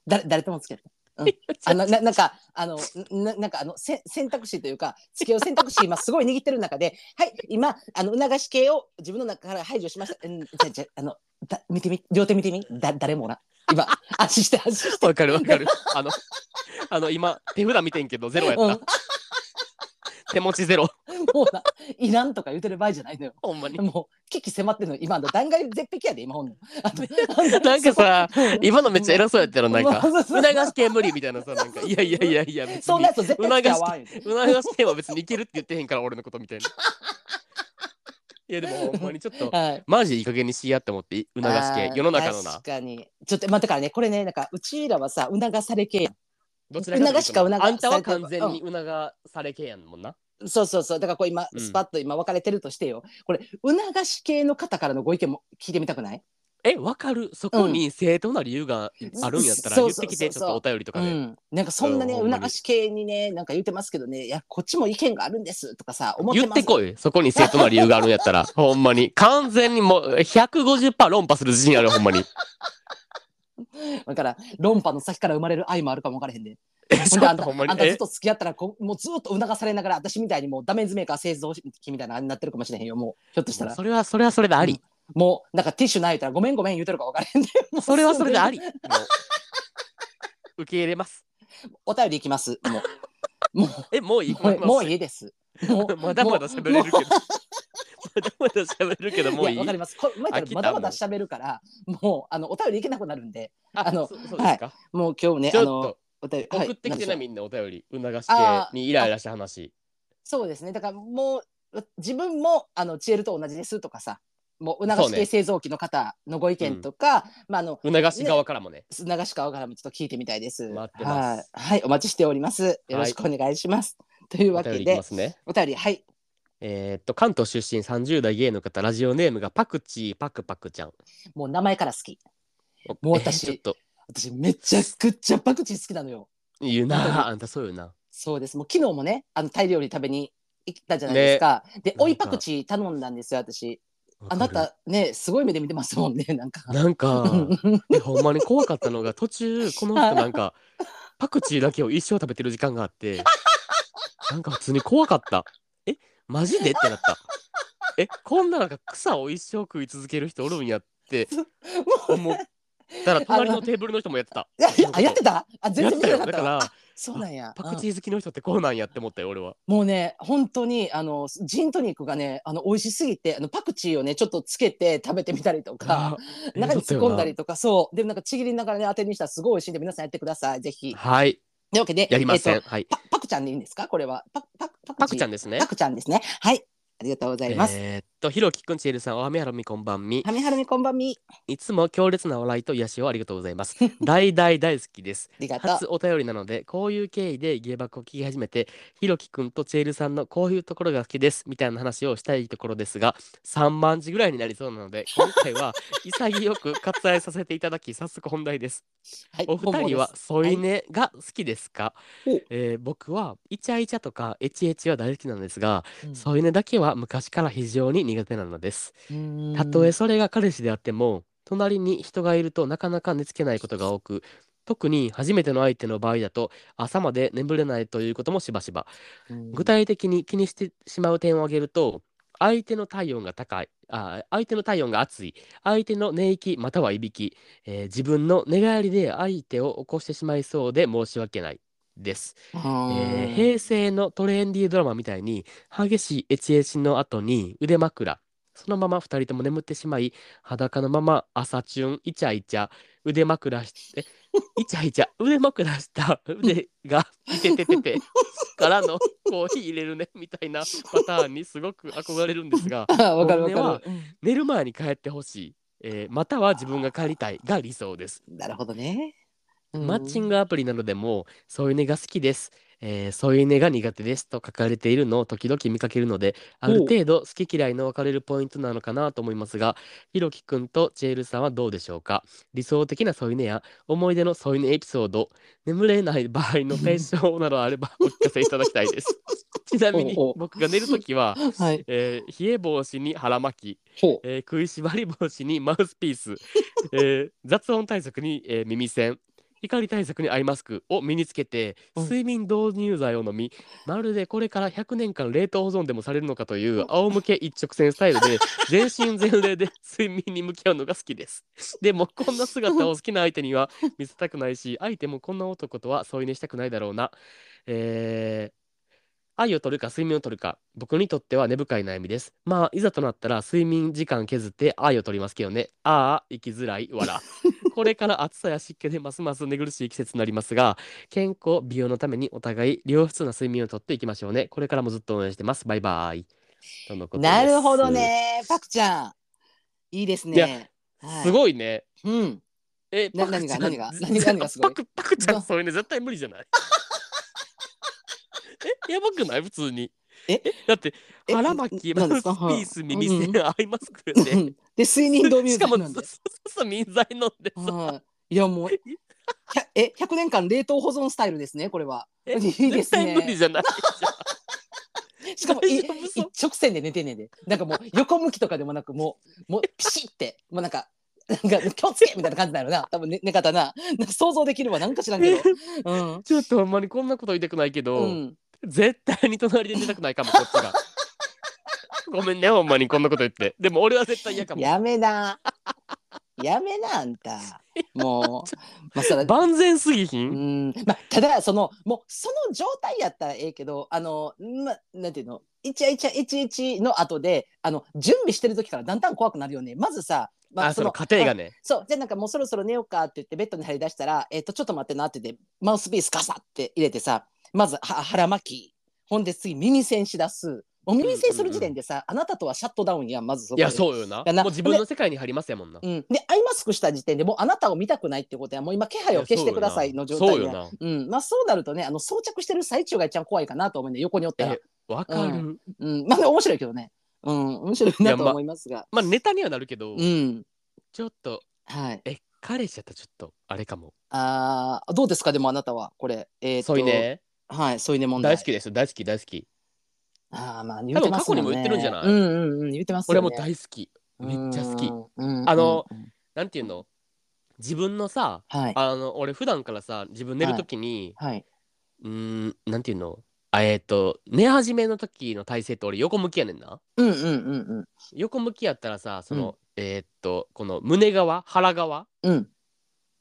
S2: 誰誰とも付き合ってない、うん、あのななんかあのななんかあのせ選択肢というか付き合う選択肢今すごい握ってる中ではい今あの促し系を自分の中から排除しました、うん、じゃじゃあのだ見てみ両手見てみだ誰もおらん今安心して安心して
S1: わかるわかる。あの、あの今、手札見てんけど、ゼロやった。
S2: うん
S1: 手持ちゼロ。
S2: もうないらんとか言ってる場合じゃないのよ
S1: ほんまに。
S2: もう危機迫ってるの今あの断崖絶壁やで今ほんのあの
S1: なんかさ
S2: そう
S1: 今のめっちゃ偉そうやったらなんか、
S2: (laughs) そうそうそう
S1: 促し系無理みたいなさ、なんか、いやいやいやいや、別
S2: そんな
S1: に
S2: や。つ絶対付き合わんよ
S1: 促し系は別にいけるって言ってへんから、俺のことみたいな。いや、でもほんまにちょっと、
S2: はい
S1: マジでいい加減にしやって思って、促し系
S2: あ、ー
S1: 世の中のな
S2: 確。かに。ちょっと、まあ、だからね、これね、なんか、うちらはさ、促され系や
S1: どちらかというと
S2: 促しか促され
S1: あ
S2: て
S1: んたは完全に促され系やんもんな。
S2: ん。そうそうそう。だから、こう今、
S1: うん
S2: スパッと今、分かれてるとしてよ。これ、促し系の方からのご意見も聞いてみたくない
S1: え、わかるそこに正当な理由があるんやったら、
S2: そ
S1: 言っ
S2: うそうそうそ
S1: て
S2: う
S1: きて、ちょっとお便りと
S2: う
S1: かで。
S2: ん。なんか、そんなね、
S1: うんほんまに
S2: 促し系にね、なんか言ってますけどね、いや、こっちも意見があるんですとかさ、思って
S1: 言っ
S2: ます。
S1: てこいそこに正当な理由があるんやった
S2: (laughs)
S1: らほんまに完全にもう150%論破する自信あるほんまに
S2: だから、論破の先から生まれる愛もあるかも分からへ
S1: (laughs)
S2: んで。
S1: え
S2: ほ
S1: ち
S2: んで
S1: ょ
S2: あ
S1: っ
S2: ん
S1: と
S2: た
S1: ほんまに
S2: あんたずっ
S1: え
S2: と付き合ったらこうもうずっと促されながら私みたいにもうダメージメーカー製造機みたいなのになってるかもしれへんよもうひょっとしたら
S1: それはそれはそれであり、
S2: もうなんかティッシュない言ったらごめんごめん言うてるか分からへんでもう
S1: それはそれでありもう受け入れます
S2: お便りいきます。もう、もう
S1: えもういい (laughs)
S2: もう、もうい
S1: い
S2: いです。も
S1: (laughs)
S2: う
S1: まだまだ喋れるけどまだまだ喋れるけどもう
S2: い
S1: い
S2: や
S1: い
S2: わかります。こうま
S1: 飽きた
S2: だまだ喋るから、もう、あの、お便りいけなくなるんで、
S1: あ
S2: あの
S1: そそうですか、
S2: もう今日ね、
S1: ち
S2: あ
S1: ょっ
S2: の
S1: と、
S2: お便り、はい
S1: 送ってきてな
S2: 何でしょ
S1: い、
S2: う
S1: みんなお便り促し
S2: あ
S1: 系にイライラした話
S2: そうですね。だからもう、自分も、あの、チエルと同じですとかさ、もう、促
S1: そう
S2: し
S1: ね
S2: 系製造機の方のご意見とか、まあ、あの、
S1: 促し側からもね
S2: 流し川からもちょっと聞いてみたいです。
S1: 待ってます
S2: はい。はい、お待ちしております。よろしくお願いします。という
S1: お
S2: わ
S1: 便
S2: け
S1: りいき
S2: で
S1: ま、すね
S2: お便り、はい。
S1: えーっと関東出身30代芸の方ラジオネームがパクチーパクパクちゃん
S2: もう名前から好き。
S1: も
S2: もう私
S1: ちょっと
S2: 私、めちゃくちゃパクチー好きなのよ。
S1: 言う
S2: 本当
S1: な
S2: に
S1: あんたそうよな
S2: そうです。もう昨日もね、あのタイ料理食べに行ったじゃないですか。で、
S1: か
S2: 追いパクチー頼んだんですよ、私。あな
S1: わか
S2: たね、すごい目で見てますもんね、なんか
S1: る。なんか
S2: うん
S1: でほんまに怖かったのが途中この人なん
S2: (laughs)
S1: かパクチーだけを一生食べてる時間があってなんか普通に怖かったえマジでってなった。え、こんななんか草を一生食い続ける人おるんやって
S2: もう
S1: 思ったら、隣のテーブルの人もやってた。
S2: (laughs) いやいやあやってたあ (laughs) 全
S1: やっ
S2: 然見
S1: てたよ。
S2: てなかっ
S1: だ
S2: た
S1: か
S2: わ
S1: ら、
S2: そうなんや
S1: パク
S2: うん
S1: チー好きの人ってこうなんやって思ったよ、俺は。
S2: もうね本当にあのジントニックがねあの美味しすぎてあのパクチーをねちょっとつけて食べてみたりとか (laughs) 中に突っ込んだりとかそうでなんかちぎりながらね当てにしたらすごい美味しいんで皆さんやってくださいぜひ。
S1: はい、
S2: というわけで
S1: やりませ
S2: え
S1: ん。
S2: っと
S1: はい。
S2: パパクちゃんでいいんですかこれはパパパ
S1: パクちゃ
S2: ん
S1: んですね
S2: パ。クちゃんですねはいありがとうございます。
S1: えーっと、ひろきくんちえるさん、おはめやろみこんばんみ。
S2: はみはるみこんばんみ
S1: いつも強烈な笑いと癒しをありがとうござい
S2: (laughs)
S1: ます。大大大好きです。
S2: ありがと
S1: 初
S2: う。
S1: お便りなのでこういう経緯で芸爆を聞き始めてひろきくんとチェールさんのこういうところが好きですみたいな話をしたいところですが3万字ぐらいになりそうなので今回
S2: (laughs)
S1: は潔く割愛させていただき早速本題です
S2: はい
S1: お二人は添い寝が好きですか、
S2: お
S1: えー僕はイチャイチャとかエチエチは大好きなんですが
S2: 本望
S1: 添い寝だけは昔から非常に苦手なのです
S2: ですうん
S1: たとえそれが彼氏であっても隣に人がいるとなかなか寝つけないことが多く特に初めての相手の場合だと朝まで眠れないということもしばしば
S2: うん
S1: 具体的に気にしてしまう点を挙げると相手の体温が高いあ相手の体温が熱い相手の寝息またはいびき、えー自分の寝返りで相手を起こしてしまいそうで申し訳ないですえー平成のトレンディードラマみたいに激しいエチエチの後に腕枕そのまま2人とも眠ってしまい裸のまま朝チュンイチャイチャ腕枕してイチャイチャ腕枕した腕がいててててからのコーヒー入れるねみたいなパターンにすごく憧れるんですが
S2: あー (laughs) わかるわ
S1: 本音は
S2: かる。うん
S1: 寝る前に帰ってほしい、えーまたは自分が帰りたいが理想です。
S2: なるほどね。
S1: マッチン
S2: グ
S1: グアプリなどでも「添い寝が好きです」えー添い寝が苦手です」と書かれているのを時々見かけるのである
S2: おう
S1: 程度好き嫌いの分かれるポイントなのかなと思いますがひろきくんとチェールさんはどうでしょうか理想的な添い寝や思い出の添い寝エピソード眠れない場合の対象などあれ
S2: (laughs)
S1: ばお聞かせいただきたいですちなみに
S2: おうおう
S1: 僕が寝るときは、
S2: はい。
S1: えー冷え防止に腹巻き
S2: ほう。
S1: えー食いしばり防止にマウスピー
S2: (laughs)
S1: ス、えー雑音対策に、えー耳栓光対策にアイマスクを身につけて
S2: うん
S1: 睡眠導入剤を飲み、まるでこれから100年間冷凍保存でもされるのかという仰向け一直線スタイル
S2: (laughs)
S1: で全身全霊で睡眠に向き合うのが好きですでもこんな姿を好きな相手には見せたくないし相手もこんな男とは添い寝したくないだろうなえー、愛を取るか睡眠を取るか僕にとっては根深い悩みですまあいざとなったら睡眠時間削って愛を取りますけどねああ生きづらいわらこれから暑さや湿気でますます寝苦しい季節になりますが健康美容のためにお互い良質な睡眠をとっていきましょうねこれからもずっと応援してますバイバイとのことです
S2: なるほどね。パクちゃん。いいです
S1: い
S2: ね
S1: や。
S2: は
S1: すごいね
S2: い。うん。
S1: え
S2: な
S1: パクちゃん
S2: 何が何が何が何がすごい
S1: パクパクちゃんそういうね絶対無理じゃないえやばくない普通に
S2: え
S1: だって
S2: え
S1: 腹巻きマ
S2: な
S1: ウ
S2: なん
S1: ス
S2: です
S1: ピ
S2: か
S1: ース耳
S2: はい
S1: 栓アイマスクで
S2: うんで睡眠導入
S1: しかも
S2: 剤なんで
S1: そう。そうそう民剤飲んでさ
S2: はい。いやもう。ひゃえ100年間冷凍保存スタイルですねこれは。
S1: え
S2: いいですね
S1: 絶対無理じゃない (laughs)
S2: しかも
S1: 大
S2: い
S1: 丈夫そう
S2: 一直線で寝てんねんで。なん
S1: (laughs)
S2: かもう横向きとかでもなくもうもうピシってもうなんか。なんか気をつけみたいな感じなのな多分ね寝方ななんか想像できるわなんか知ら
S1: (laughs)
S2: んけど、
S1: ちょっとほんまにこんなこと言いたくないけ
S2: う
S1: ど、
S2: んうん、
S1: 絶対に隣で寝たくないかもこっちがごめんねほんまにこんなこと言ってでも俺は絶対嫌かも
S2: やめな。やめなあん
S1: (laughs)
S2: た。もう。まあ、そら。
S1: 万全すぎひ、
S2: うんん、まあ、ただ、その、もう、その状態やったらええけど、あの、まあ、なんていうの。イチャイチャイチイチの後で、あの、準備してる時からだんだん怖くなるよね。まずさ。ま
S1: あその家庭が
S2: ね。
S1: ね
S2: そう、じゃ、なんかもうそろそろ寝ようかって言って、ベッドに入り出したら、えっ、と、ちょっと待ってなってで、マウスピースカサって入れてさ。まず、は、腹巻き。ほんで、次、耳栓しだす。もう耳栓する時点でさ、あなたとはシャットダウンやん、まずそこ
S1: い
S2: で。
S1: やそうよな
S2: やな
S1: もう自分の世界に入りますやもんな、
S2: うん、でアイマスクした時点でもうあなたを見たくないってことやもう今気配を消してくださいの状態
S1: そう
S2: で
S1: よな
S2: うんまあ、そうなるとねあの装着してる最中が一番怖いかなと思うんで横におったら
S1: え、わかる、
S2: うん、まあ、ね、面白いけどね、うん、面白い
S1: い
S2: な
S1: や
S2: と
S1: ま
S2: 思いますが、
S1: まあネタにはなるけど、
S2: うん
S1: ちょっと
S2: はい、
S1: え彼氏やったらちょっとあれかも、
S2: あーどうですかでもあなたはこれえー、
S1: そういうね
S2: はい添い寝問題
S1: 大好きですよ大好き大好き
S2: あーまあ言ってますもん
S1: 多分過去に
S2: ね
S1: も言ってるんじゃない
S2: うんうんうん言ってます
S1: 俺
S2: よ、ね、
S1: も大好きめっちゃ好き
S2: うんうん
S1: あの
S2: うんうん
S1: なんていうの自分のさ
S2: はい
S1: あの俺普段からさ自分寝るときに、
S2: はいう
S1: ーんなんていうのあえっ、と寝始めの時の体勢って俺横向きやねんな
S2: うんうんうん
S1: 横向きやったらさその、えっとこの胸側腹側
S2: うんうん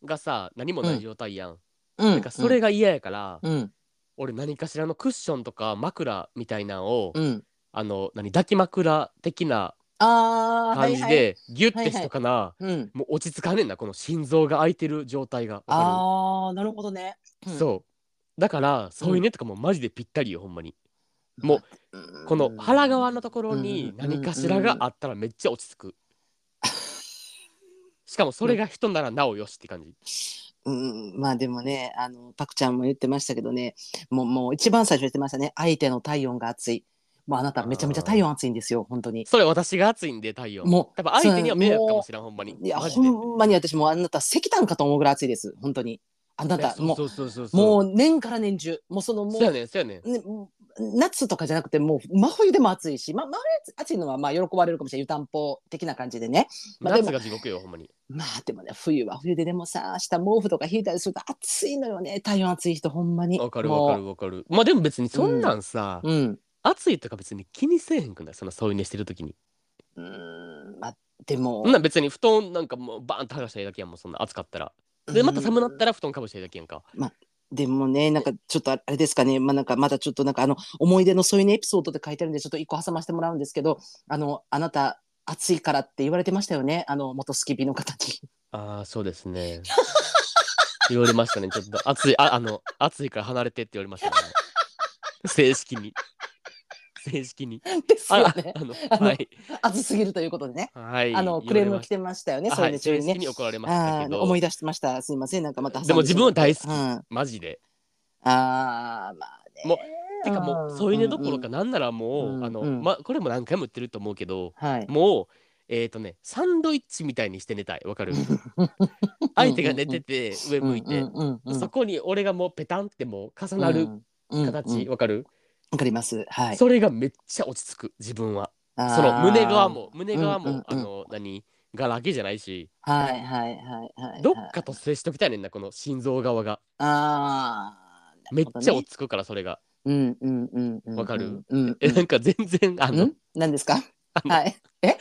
S1: がさ何もない状態やん、
S2: うん
S1: なんかそれが嫌やから、
S2: うん
S1: 俺何かしらのクッションとか枕みたいなんを、
S2: うん
S1: あの何抱き枕的な
S2: あーは
S1: 感
S2: い
S1: じ
S2: はい
S1: でギュッてしとかな、
S2: うん
S1: もう落ち着かねえんなこの心臓が空いてる状態がわ
S2: あーなるほどね
S1: かるそうだからそういうねとかもマジでぴったりよほんまにもう
S2: うん
S1: この腹側のところに
S2: うん
S1: 何かしらがあったらめっちゃ落ち着くしかもそれが人ならなおよしって感じ
S2: うん、まあでもね、あの、パクちゃんも言ってましたけどね、もう、もう一番最初言ってましたね、相手の体温が熱い。もうあなためちゃめちゃ体温熱いんですよ、本当に。
S1: それ私が熱いんで太陽
S2: もう
S1: 多分相手には迷惑かもしらんほんまに
S2: いや、
S1: マジ
S2: ほ
S1: で
S2: んまに私もうあなた石炭かと思うぐらい熱いです、本当に。あないた
S1: や、そう
S2: も
S1: そうそうそう
S2: う、もう年から年中、もうその、も
S1: そうや
S2: う、
S1: ねんそうやねん
S2: ね夏とかじゃなくて、もう真冬でも暑いし、ま、真冬暑いのはまあ喜ばれるかもしれない、湯たんぽ的な感じでね。まあでも
S1: 夏が地獄よほんまに
S2: まあでもね、冬は冬ででもさ、下毛布とか引いたりすると暑いのよね、体温暑い人、ほんまに。
S1: わかるわかるわかるまあでも別にそんなんさ、
S2: もう。うん。
S1: 暑いとか別に気にせえへんくないその添い寝してる時に
S2: うーんまあでも
S1: そんなん別に布団なんかもうバーンと剥がしたらいいだけやんもうそんな暑かったらでまた寒なっ
S2: うん
S1: たら布団かぶしたらいいだけやんか
S2: でもねなんかちょっとあれですかねまあなんかまだちょっとなんかあの思い出の添い寝エピソードって書いてあるんでちょっと一個挟ませてもらうんですけどあのあなた暑いからって言われてましたよねあの元スキビの方に
S1: ああそうです
S2: (laughs)
S1: ね言われましたねちょっと暑いああの暑いから離れてって言われましたね正式に正式に
S2: ですよ
S1: あ
S2: ね
S1: あの
S2: あの
S1: はい
S2: 暑すぎるということでね
S1: はい
S2: あの
S1: 言
S2: クレ
S1: われ
S2: ーム
S1: ま
S2: 来
S1: して
S2: ましたよ
S1: た
S2: ねそれ
S1: は
S2: で
S1: い
S2: 中
S1: 正
S2: に
S1: 式
S2: ね
S1: に怒られました
S2: あ
S1: け
S2: ー
S1: ど
S2: 思い出してましたすみませんなんかまた挟ん
S1: でも自分は大好
S2: し
S1: き
S2: まったうん
S1: マジで
S2: あーまあね
S1: もうてかもう添い寝どころか
S2: な
S1: なんならもう、
S2: うん
S1: あの、
S2: うん
S1: まこれも何回も言ってると思うけど
S2: はい
S1: もうえっ、とねサンドイッチみたいにして寝たいわか
S2: (laughs)
S1: る相手が寝てて上向いて、
S2: うんうんうんうん
S1: そこに俺がもうペタンってもう重なる
S2: うん
S1: 形わ、
S2: うんうん
S1: かる、
S2: わかりますはい
S1: それがめっちゃ落ち着く自分は
S2: あー
S1: その胸側も胸側も、
S2: うんうんうん
S1: あの何がらけじゃないし
S2: はいはいはいはいはい
S1: どっかと接しときたいねんなこの心臓側が
S2: あー
S1: めっちゃ落
S2: なる
S1: ち着くからそれが、
S2: ほどねうんうんうんうん
S1: わかる
S2: うんうん
S1: えなんか全然あの
S2: ん何ですか
S1: あの
S2: はいえ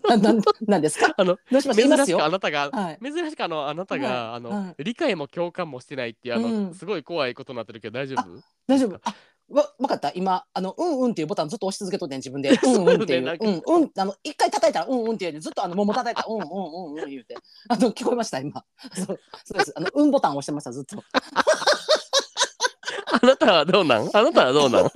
S2: (laughs) ななんなんですか
S1: あの
S2: どうしました
S1: 珍
S2: います
S1: しくあ
S2: よ
S1: なたが
S2: はい
S1: 珍しくあのあなたが、
S2: はい
S1: あの、
S2: はい
S1: 理解も共感もしてないっていうあの、
S2: うん
S1: すごい怖いことになってるけど大丈夫
S2: 大丈夫あわわかった今あのうんうんっていうボタンずっと押し続けとってん自分でうんうんってい
S1: そうだ
S2: う
S1: ね
S2: うんうんあの一回叩いたらうんうんって言うてずっとあの桃叩いたらうんうんうんうん言うてあの聞こえました今 (laughs) そうそうですあのうんボタン押してましたずっと
S1: あなたはどうなんあなたは (laughs) どうなん
S2: あ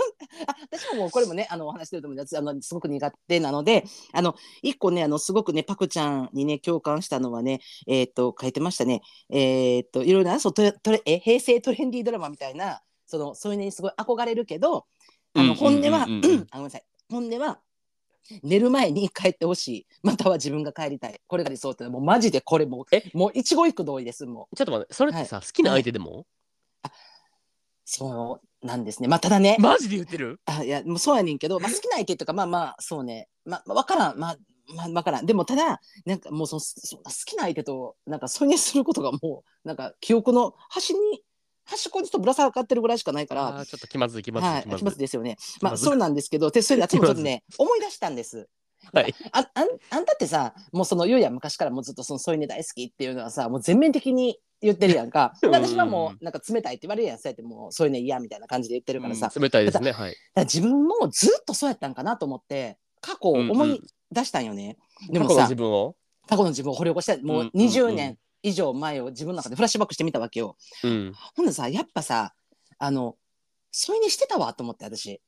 S2: 私ももうこれもねあのお話してると思うんですあのすごく苦手なのであの一個ねあのすごくねパクちゃんにね共感したのはねえっ、と書いてましたねえっ、といろいろなそうトレトレえ平成トレンディードラマみたいなそのそういうのにすごい憧れるけどあの
S1: うん
S2: 本音はあ
S1: うんうん
S2: ごめ
S1: うん
S2: んなさい本音は寝る前に帰ってほしいまたは自分が帰りたいこれが理想ってのはもうマジでこれもう
S1: え
S2: もう一期一会同意ですもう。
S1: ちょっと待ってそれってさ、好きな相手でも、
S2: そうなんですね。まあただね、
S1: マジで言ってる
S2: あいやもうそうやねんけど、まあ、好きな相手とかまあまあそうねまあ、まあ、分からんまあまあ分からんでもただなんかもうそのそそんな好きな相手となんか添い寝することがもうなんか記憶の端に端っこにちょっとぶら下がってるぐらいしかないか
S1: あ
S2: ら。
S1: ーちょっと気まずい気まずい、
S2: はい、
S1: 気
S2: あ
S1: ま
S2: き
S1: ずい
S2: ますですよね。ま
S1: 気
S2: あ、
S1: まずい
S2: そうなんですけど、で、それで、私もちょっとね、思い出したんです。
S1: はい
S2: あ、あん、あんたってさ、もう、その、ゆうや昔からもうずっと、その、添い寝大好きっていうのはさ、もう全面的に言ってるやんか。
S1: (laughs)
S2: で
S1: うん
S2: 私はもう、なんか冷たいって言われるやん、そうやって、もう、添い寝嫌みたいな感じで言ってるからさ。
S1: うん冷たいですねはい
S2: だから自分もずっとそうやったんかなと思って過去を思い出したんよね、でも
S1: 過去の
S2: さ
S1: 自分を、
S2: 過去の自分を掘り起こしてもううん
S1: うん
S2: 20年以上前を自分の中でフラッシュバックしてみたわけよ、
S1: うん、
S2: ほんでさやっぱさあの添い寝してたわと思って私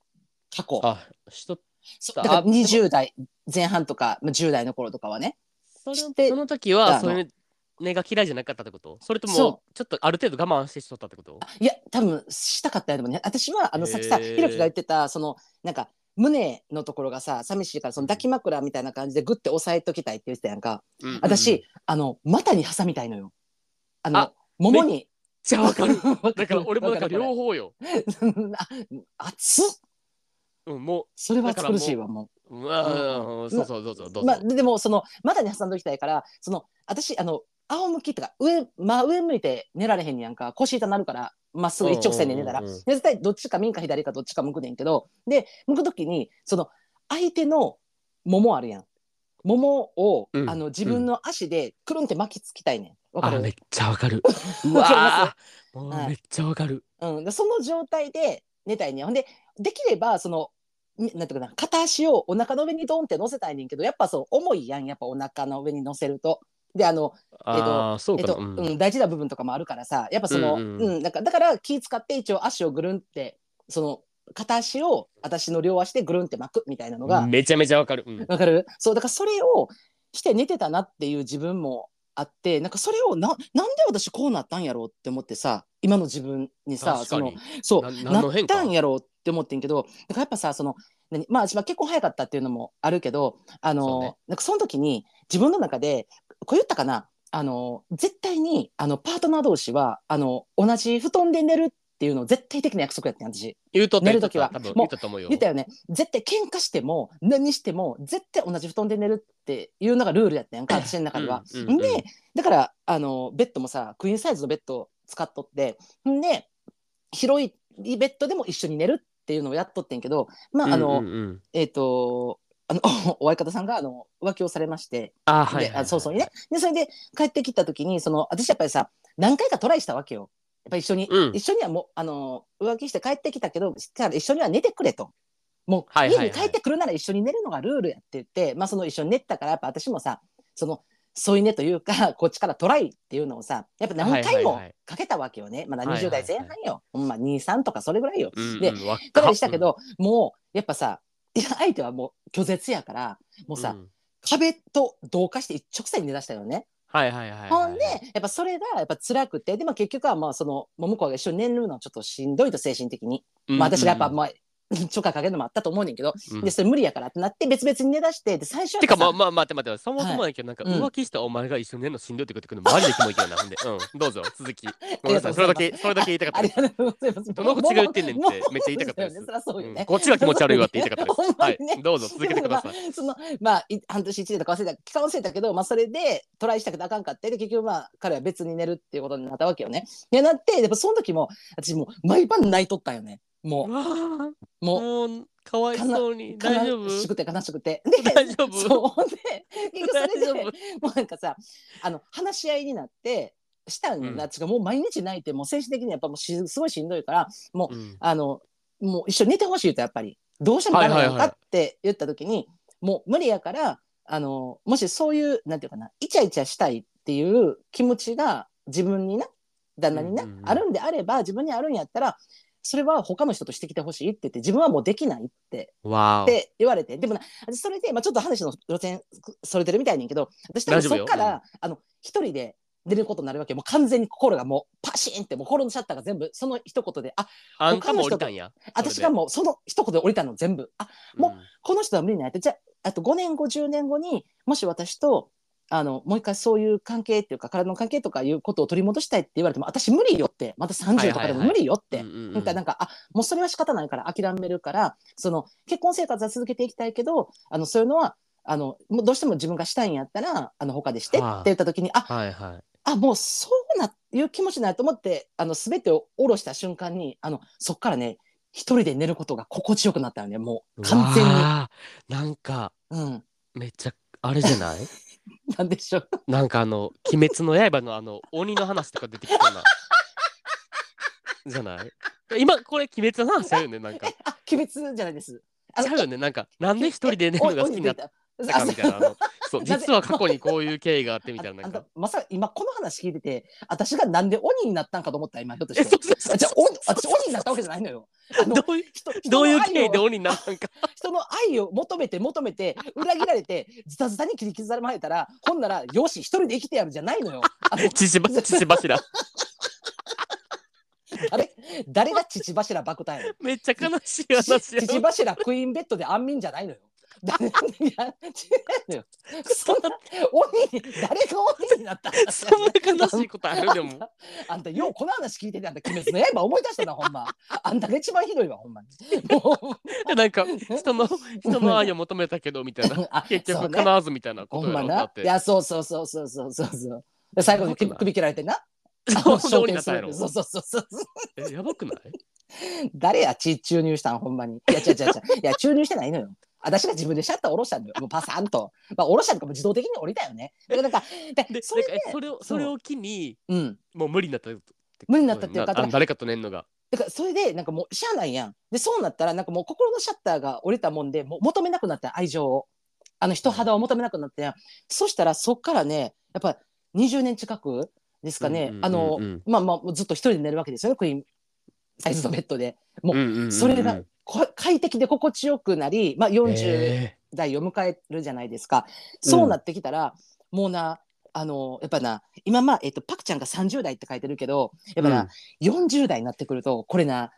S2: 過去
S1: あしと
S2: そ
S1: あ
S2: だから20代前半とかまあ10代の頃とかはね
S1: それ
S2: して
S1: その時
S2: あ
S1: は
S2: の
S1: それ根が嫌いじゃなかったってことそれとも
S2: そ
S1: ちょっとある程度我慢してしとったってこと
S2: いや多分したかったよでもね私はあの
S1: へー
S2: さっきさひろきが言ってたそのなんか胸のところがさ寂しいからその抱き枕みたいな感じでグッて押さえときたいって言ってたやんか、
S1: うんうん
S2: 私、あの股に挟みたいのよ。あの
S1: あ
S2: ももに。
S1: じゃあわかる
S2: (laughs) わ
S1: だから俺もだから両
S2: 方。
S1: 方よ、
S2: あ (laughs) 熱っ。
S1: うん、も
S2: それは暑苦しいわも
S1: ううわーそうそうどうぞど
S2: う。
S1: うぞ、
S2: まあでもその股に挟んどきたいからその私あの仰向きとか上真上向いて寝られへんやんか腰痛なるからまっすぐ一直線で寝たら、
S1: うんうんうんうん
S2: で絶対どっちか右か左かどっちか向くねんけどで向く時にその相手の桃あるやん桃を、
S1: うん
S2: あの自分の足でくるんって巻きつきたいねんわか
S1: あ
S2: る
S1: めっちゃわかるう
S2: (laughs) わかります
S1: わーも
S2: は
S1: う
S2: い
S1: めっちゃわかる
S2: うん、でその状態で寝たいねんほんでできればそのみなんていうかな片足をお腹の上にドンって乗せたいねんけどやっぱそう重いやんやっぱお腹の上に乗せると。であのえっと
S1: あーそう
S2: えっ
S1: かな
S2: と
S1: う
S2: うんん大事な部分とかもあるからさやっぱその、
S1: う
S2: うんん
S1: うん
S2: なんかだから気使って一応足をぐるんってその片足を私の両足でぐるんって巻くみたいなのがわ、
S1: めちゃめちゃわかるうん
S2: かるそうだからそれをして寝てたなっていう自分もあってなんかそれをななんで私こうなったんやろうって思ってさ今の自分にさ
S1: 確か
S2: その
S1: に
S2: そう
S1: な
S2: な
S1: 何の
S2: っ
S1: 変化
S2: たんやろうって思ってんけどだからやっぱさその何まあ自分は結婚早かったっていうのもあるけどあ
S1: そう
S2: の、
S1: ね
S2: なんかその時に自分の中でこう言ったかなあの絶対にあのパートナー同士はあの同じ布団で寝るっていうのを絶対的な約束やってん私
S1: 言うとった
S2: 寝る時は
S1: 言うとった多分言
S2: もう
S1: ったと思うよ
S2: 言ったよね絶対喧嘩しても何しても絶対同じ布団で寝るっていうのがルールやったやんか私の中では。
S1: (laughs) うんうんうん
S2: でだからあのベッドもさクイーンサイズのベッドを使っとってんで広いベッドでも一緒に寝るっていうのをやっとってんけどまああの、
S1: うんうんうん
S2: えっ、とあの (laughs) お相方さんがあの浮気をされまして
S1: あー
S2: で
S1: はいはいはい
S2: あ早々にねでそれで帰ってきた時にその私やっぱりさ何回かトライしたわけよ。やっぱ一緒に、
S1: うん
S2: 一緒にはもうあの浮気して帰ってきたけどから一緒には寝てくれと。もう、
S1: はいはいはい
S2: 家に帰ってくるなら一緒に寝るのがルールやって言って、まあ、その一緒に寝てたからやっぱ私もさその添い寝というか (laughs) こっちからトライっていうのをさやっぱ何
S1: はいはい
S2: 回も
S1: はい
S2: かけたわけよね、ま
S1: は
S2: だ
S1: いはい
S2: 20代前半よ、ほんま23とかそれぐらいよ。
S1: うんうん
S2: で
S1: わっか
S2: トライしたけど、もうやっぱさいや相手はもう拒絶やからもうさ、
S1: ん
S2: 壁と同化して一直線に出だしたよね。
S1: はいはいはいはい
S2: ほんで、やっぱそれがやっぱ辛くて、で、まあ結局はまあその、もう向こうが一緒に寝るのはちょっとしんどいと精神的に。
S1: うん
S2: まあ私がやっぱまあ、ちょっかいかけるのもあったと思うねんけど、
S1: うん
S2: で、それ無理やからってなって別々に寝だして、で、最初は
S1: てかまあ
S2: さ
S1: まあ待って待ってそもそもやけどなんか
S2: うん
S1: 浮気したお前が一緒に寝るのしんどいってことくのマジでキモいけどなほんでうんどうぞ続
S2: (laughs)
S1: きごめんなさいそれだけそれだけ言いたか
S2: あ
S1: っ
S2: り
S1: た
S2: がとうございま
S1: (laughs)
S2: す。
S1: どの口が言ってんねんって
S2: もうもう
S1: めっちゃ言いたかったです
S2: そうよねそりゃそうよ
S1: うん
S2: ね。
S1: こっちが気持ち悪いわって言いたか (laughs) ったで
S2: (laughs) ほん
S1: す
S2: ま
S1: は
S2: にね
S1: いどうぞ続けてくだ (laughs) さい
S2: そのまあい半年一年とか忘れた期間忘れたけど、まあ、それでトライしたけどあかんかってで結局まあ彼は別に寝るっていうことになったわけよね。でなってやっぱその時も私もう毎晩泣いとったよねも
S1: わあ
S2: うもう
S1: もうかわいそうに大丈夫
S2: 悲しくて悲しくて。で
S1: 大丈 (laughs) 夫
S2: そうほんで結局それ
S1: 大
S2: で
S1: 丈
S2: もうなんかさあの話し合いになってしたん
S1: うん
S2: だ、違うもう毎日泣いてもう精神的にやっぱもうしすごいしんどいからもう
S1: うん
S2: あの、もう一緒に寝てほしいと、やっぱり。どうしてもダメなの
S1: はいはいは
S2: か
S1: い
S2: って言った時に、もう無理やから、あの、もしそういう、なんていうかな、イチャイチャしたいっていう気持ちが自分にな、旦那にな、
S1: うんうんうん
S2: あるんであれば、自分にあるんやったら、それは他の人としてきてほしいって言って、自分はもうできないって
S1: わ
S2: っ
S1: ー
S2: て言われて、でもな、私それで、まあ、ちょっと話の路線それてるみたいねんけど、私多
S1: 大
S2: 分
S1: 丈夫
S2: そ
S1: よ
S2: っから、あの、一人で寝ることになるわけよもう完全に心がもう、パシーンって、もう心のシャッターが全部、その一言で、あ、
S1: あんたも降りたんや
S2: 私がもうその一言で降りたの全部あもうこの人は無理なんやってじゃああと5年後10年後にもし私とあのもう一回そういう関係っていうか体の関係とかいうことを取り戻したいって言われても私無理よってまた30とかでも無理よって、なんかなんかあもうそれは仕方ないから諦めるからその結婚生活は続けていきたいけどあのそういうのはあのもうどうしても自分がしたいんやったらあの他でしてって
S1: はあ
S2: 言った時にあ
S1: はいはい
S2: あもうそうないう気持ちになると思ってあの全てを下ろした瞬間にあのそっからね一人で寝ることが心地よくなったよねもう完全に。
S1: わーなんか
S2: うん、
S1: めっちゃあれじゃない (laughs)
S2: なんでしょう
S1: なんかあの「鬼滅の刃」のあの鬼の話とか出てきそうなじゃない今これ鬼滅の話ちゃうよねなん (laughs) かち
S2: (laughs) あ鬼滅じゃないです。あ
S1: ゃうよねなんかなんで一人で寝るのが好きになった
S2: 鬼
S1: かみたいなあ
S2: (laughs) あそ
S1: のそう
S2: うなぜ
S1: 実は過去にこういう経緯があってみたい
S2: あ
S1: なな
S2: あん
S1: んか
S2: たまさか今この話聞いてて私がなんで鬼になったんかと思った今ひょっと
S1: (laughs) え
S2: し
S1: そ
S2: て
S1: うそうそう
S2: あじゃあ鬼私鬼になったわけじゃないのよあの
S1: どういう
S2: 人人の
S1: どういう
S2: 愛を
S1: 経緯で鬼になったんか
S2: 人の愛を求めて求めて裏切られてズタズタに切り刻まれたらほんならよし一人で生きてやるじゃないのよあの
S1: 父ば父柱
S2: あれ誰が乳柱爆弾やねん
S1: めっちゃ悲しい話や
S2: 乳柱クイーンベッドで安眠じゃないのよ。誰がいや違うのよそんな鬼に誰が鬼になったんだよ
S1: そんな悲しいことあるでも
S2: あんたようこの話聞いててあんた鬼滅の刃思い出したなほんまあんたが一番ひどいわほんまにも
S1: なんか人の人の愛を求めたけどみたいな
S2: うあ
S1: 結
S2: そ
S1: 局
S2: うね
S1: 叶わずみたいなこ
S2: ほ
S1: とや
S2: んま
S1: ろだ
S2: な
S1: っ
S2: い
S1: て (laughs)
S2: やそうそうそうそうそうそうそうで最後に首首切られてな (laughs)
S1: そうど
S2: 昇
S1: うに
S2: 天
S1: なっ
S2: す
S1: たんや
S2: る
S1: ろ
S2: そうそうそうそう
S1: えやばくない
S2: 誰や血注入したんほんまにいや違う違う違ういや注入してないのよ私が自分でシャッター下ろしたのよもうパサンと、まあ、下ろしたとかも自動的に降りたよねだからなんか
S1: で
S2: でそれ
S1: なんかえそれをそれを機に
S2: うん
S1: もう無理になったって
S2: 無理になったっていうか
S1: なあの誰かと寝んのが
S2: だからそれでなんかもうしゃあないやん。でそうなったらなんかもう心のシャッターが降りたもんでもう求めなくなった愛情をあの人肌を求めなくなったやん。そしたらそっからねやっぱ20年近くですか
S1: う
S2: ね、
S1: んうんうんうん
S2: あのまあまあもうずっと一人で寝るわけですよねクイーンサイズのベッドで。もうそれがこ快適で心地よくなり、まあ、40
S1: え
S2: 代を迎えるじゃないですか。そうなってきたら、もうなあのやっぱな今まあ、えっと、パクちゃんが30代って書いてるけどやっぱな、40代になってくるとこれな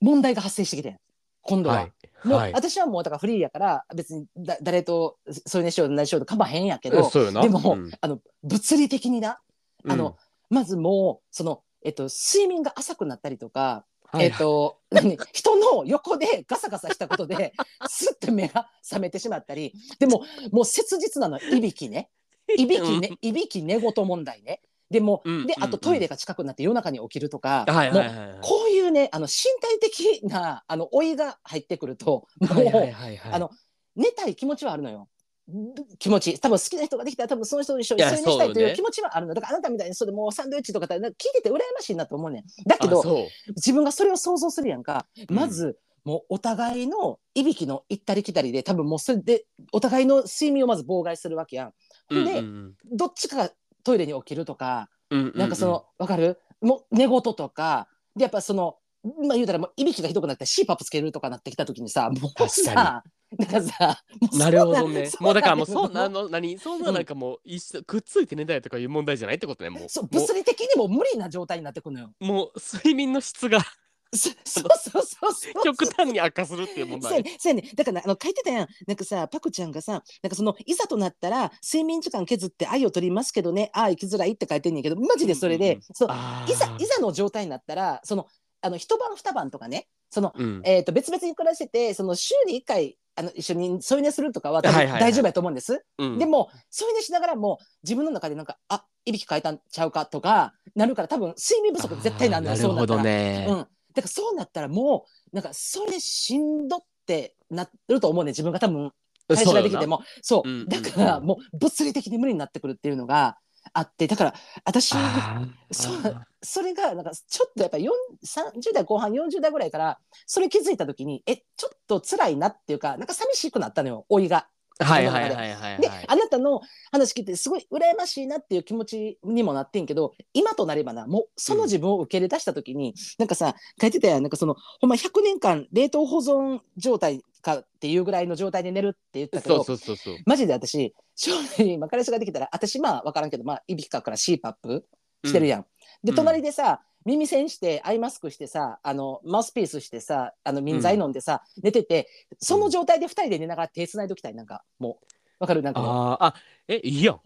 S2: 問題が発生してきてん今度は、
S1: はい
S2: もう
S1: はい
S2: 私はもうだからフリーやから別にだ誰とそういうねしよう何しようとかまへんやけど、
S1: うんそうよな
S2: でも、
S1: うん
S2: あの物理的になあの、まずもうその、えっと、睡眠が浅くなったりとか、
S1: うんはい
S2: えっと何 (laughs) 人の横でガサガサしたこと
S1: (laughs)
S2: でスッて目が覚めてしまったりでももう切実なのいびき
S1: (laughs)
S2: ねいびきねいびき寝言問題ねでも、
S1: うん
S2: で
S1: うん
S2: あとトイレが近くなって夜中に起きるとか、
S1: はい
S2: も
S1: は
S2: う
S1: いはいはい
S2: こういうね、あの身体的な、あの老いが入ってくると、もう、
S1: はいはいはいはい
S2: あの寝たい気持ちはあるのよ。気持ち、多分好きな人ができたら、多分その人と一緒に
S1: いや
S2: 一緒にした
S1: そう
S2: いと
S1: ね
S2: いう気持ちはあるの。だから、あなたみたいに、それもうサンドイッチとかだったら、聞いてて羨ましいなと思うねん。だけ
S1: あ
S2: ど、
S1: そう
S2: 自分がそれを想像するやんか、
S1: うん
S2: まず。もうお互いのいびきの行ったり来たりで多分もうそれでお互いの睡眠をまず妨害するわけやん。ほんで、
S1: うんうん
S2: どっちかがトイレに起きるとか、
S1: うんうう
S2: なんかその、わ、かるもう寝言とか、で、やっぱその、まあ言うたらもういびきがひどくなって CPAP つけるとかなってきたときにさ、もう
S1: 確か
S2: さ、なんかさ、もうそう
S1: なるほどね。もうだからもうそう
S2: な
S1: な
S2: の
S1: の何そんななんかもう一緒くっついて寝たいとかいう問題じゃないってことねもう。
S2: そう、
S1: も
S2: 物理的にも無理な状態になってくのよ。
S1: うもう睡眠の質が
S2: そそうそうそうそう。
S1: 極端に悪化するっていう問
S2: そうや
S1: 題。
S2: ねそうやねだからあの書いてたやんなんかさパクちゃんがさなんかそのいざとなったら睡眠時間削って愛を取りますけどねああ生きづらいって書いてんねんけどマジでそれ
S1: うんう
S2: で、
S1: んうん
S2: そう
S1: あー
S2: いざいざの状態になったらそのあの一晩二晩とかねその
S1: うん。
S2: えー、と別々に暮らしててその週に1回あの一緒に添い寝するとかは多
S1: はいはい
S2: 分
S1: はい
S2: 大丈夫やと思うんです、
S1: うん
S2: でも添い寝しながらも自分の中でなんかあいびき変えたんちゃうかとかなるから多分睡眠不足絶対なんだ
S1: あ
S2: よ
S1: ー
S2: そうな
S1: るほ
S2: った
S1: ど
S2: ら、
S1: ね。
S2: うん、だからそうなったらもうなんかそれでしんどってなると思うね自分が多分彼氏ができてもそう
S1: うんうんうん
S2: だからもう物理的に無理になってくるっていうのがあってだから私
S1: そうよな。あー
S2: そうそれがなんかちょっとやっぱりよん30代後半40代ぐらいからそれ気づいた時にえちょっと辛いなっていうかなんか寂しくなったのよ老いが。
S1: はいはいはいはい
S2: で、
S1: はい。
S2: あなたの話聞いてすごい羨ましいなっていう気持ちにもなってんけど今となればなもうその自分を受け入れ出した時に、なんかさ書いてたやんなんかそのほんま100年間冷凍保存状態かっていうぐらいの状態で寝るって言ったけ
S1: そ
S2: ど
S1: うそうそうそう。
S2: マジで私将来今彼氏ができたら私まあ分からんけどまあいびきかから CPAP してるやん。で
S1: うん
S2: 隣でさ、耳栓してアイマスクしてさあのマウスピースしてさあの民剤飲んでさ、寝ててその状態で2人で寝ながら手繋いどきたいなんかもうわかるなんかも
S1: あーあえいいやん。
S2: う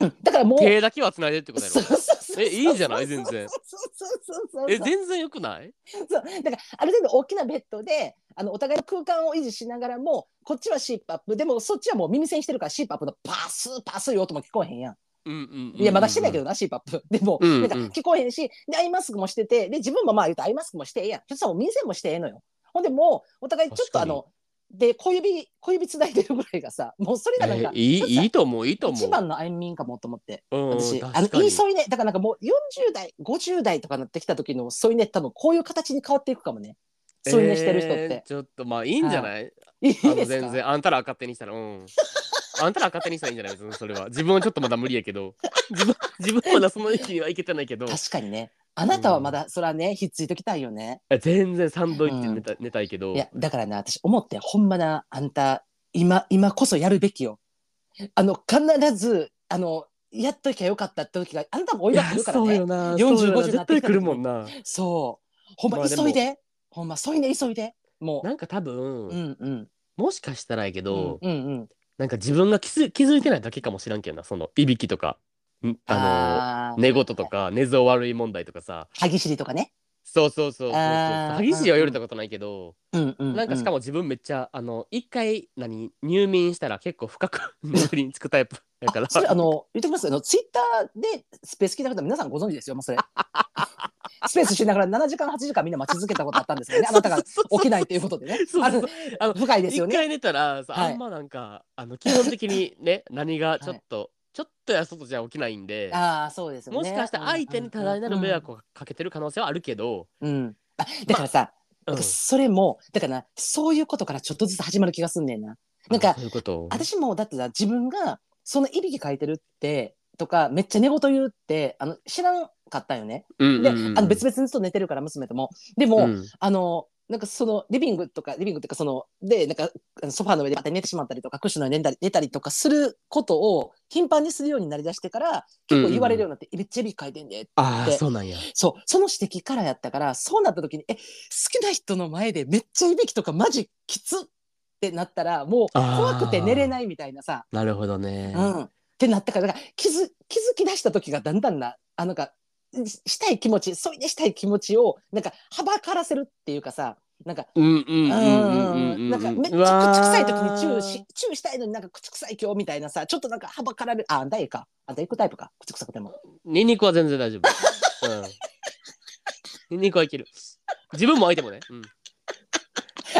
S2: うんだからもう
S1: 手だけは繋いでるってことや
S2: そう
S1: ろ。
S2: そうそう
S1: えいいじゃない全然
S2: そうそうそうそう
S1: え全然よくない？
S2: そうだからある程度大きなベッドであのお互いの空間を維持しながらもこっちは CPAP でもそっちはもう耳栓してるから CPAP のパスパスよとも聞こえへんやん。
S1: うんうんうんうん。
S2: いや、まだしてないけどな、CPAP。で (laughs) も、
S1: うん
S2: なんか
S1: うん
S2: 聞こえへんし、で、アイマスクもしてて、で、自分もまあ言うとアイマスクもしてええやん。ちょっとさ、民生もしてええのよ。ほんでもう、お互いちょっ
S1: 確
S2: と
S1: か
S2: あ
S1: に
S2: の、で、小指、小指つないでるぐらいがさ、もうそれがなん
S1: え
S2: か、
S1: いいいいと思ういいと思う。
S2: 一番の安眠かもと思って。
S1: うんうん
S2: 私、あの
S1: 確、か
S2: い
S1: に
S2: い添い寝、だからなんかもう40代、50代とかなってきた時の添い寝、多分こういう形に変わっていくかもね。添い寝してる人っ
S1: え
S2: て。
S1: ーちょっとまあいいんじゃない
S2: いい
S1: あの
S2: ですか
S1: 全然あんたら勝手にしたらうん
S2: (laughs)
S1: あんたら勝手にしたらいいんじゃない別にそれは自分はちょっとまだ無理やけど (laughs) 自分自分はまだその域にはいけてないけど
S2: 確かにね。あなたはまだ、それはね、ひっついときたいよね。
S1: 全然サンドイッチ寝た,、寝たいけど
S2: いやだからな私思ってほんまなあんた今今こそやるべきよあの必ずあのやっときゃよかったって時があなたもおい
S1: い
S2: が
S1: や
S2: 来るから
S1: そう
S2: ね
S1: よな
S2: 40
S1: そうよな
S2: 50
S1: 絶対来るもんな
S2: そうほんま
S1: まあでも
S2: 急いで、ほんま急いで急いでも
S1: なんか多分、
S2: ううんうん
S1: もしかしたらやけど、
S2: うんうんうん
S1: なんか自分が気づ気づいてないだけかもしらんけどなそのいびきとかんあの
S2: あー
S1: 寝言とか寝相悪い問題とかさ
S2: 歯ぎしりとかね
S1: そうそうそうそうそう
S2: あー
S1: 詐欺師は言われたことないけど、
S2: うんうんうん、
S1: なんかしかも自分めっちゃあの一回何入眠したら結構深く (laughs) 眠りにつくタイプだから
S2: あそれ
S1: (laughs)
S2: あの言ってきますあのツイッターでスペース聞いた方皆さんご存知ですよもう
S1: (laughs)
S2: それスペースしながら7時間8時間みんな待ち続けたことあったんで
S1: (laughs)
S2: すよねあなたが起きないということでね
S1: そう
S2: あ
S1: そう
S2: る
S1: そうあの
S2: 深いですよ
S1: 一
S2: ね
S1: 回寝たらさ
S2: はい
S1: あんまなんか、あの基本的に
S2: (laughs)
S1: ね何がちょっと、ちょっとや外じゃ起きないんで
S2: ああそうですよね
S1: もしかしたら相手に多大なる迷惑をかけてる可能性はあるけど、
S2: うん、うんうんあだからさ、
S1: うん
S2: なんかそれもだからなそういうことからちょっとずつ始まる気がすんねんななんか
S1: あそういうこと
S2: 私もだってな自分がそのいびきかいてるってとかめっちゃ寝言言うってあの知らんかったんよね
S1: うん
S2: で、あの別
S1: 々
S2: 々にずっと寝てるから娘ともでも、あの、なんかそのリビングとか、リビングっていうかその、で、なんかあのソファーの上でまた寝てしまったりとか、クッションの上で寝たり寝たりとかすることを頻繁にするようになりだしてから、結構言われるようになって、めっちゃ指書いてんで。
S1: ああ
S2: で
S1: そうなんや
S2: そう、その指摘からやったから、そうなった時に、え、好きな人の前でめっちゃいびきとかマジきつってなったら、もう
S1: あー
S2: 怖くて寝れないみたいなさ、
S1: なるほどね、
S2: うん。ってなったから、だから気づ、気づき出した時がだんだんな、あのか、ししたい気持ち、そいでしたい気持ちを、なんか、はばからせるっていうかさ、なんか、
S1: うんうんうんうんうん
S2: なんかめっちゃ口臭い時にチューし、チューしたいのになんか口臭い今日みたいなさ、ちょっとなんかはばかられる。あ、あんたいいか。あんた行くタイプか。口臭くても。
S1: ニンニクは全然大丈夫。
S2: (laughs)
S1: うん。ニンニクはいける。自分も相手もね。うん。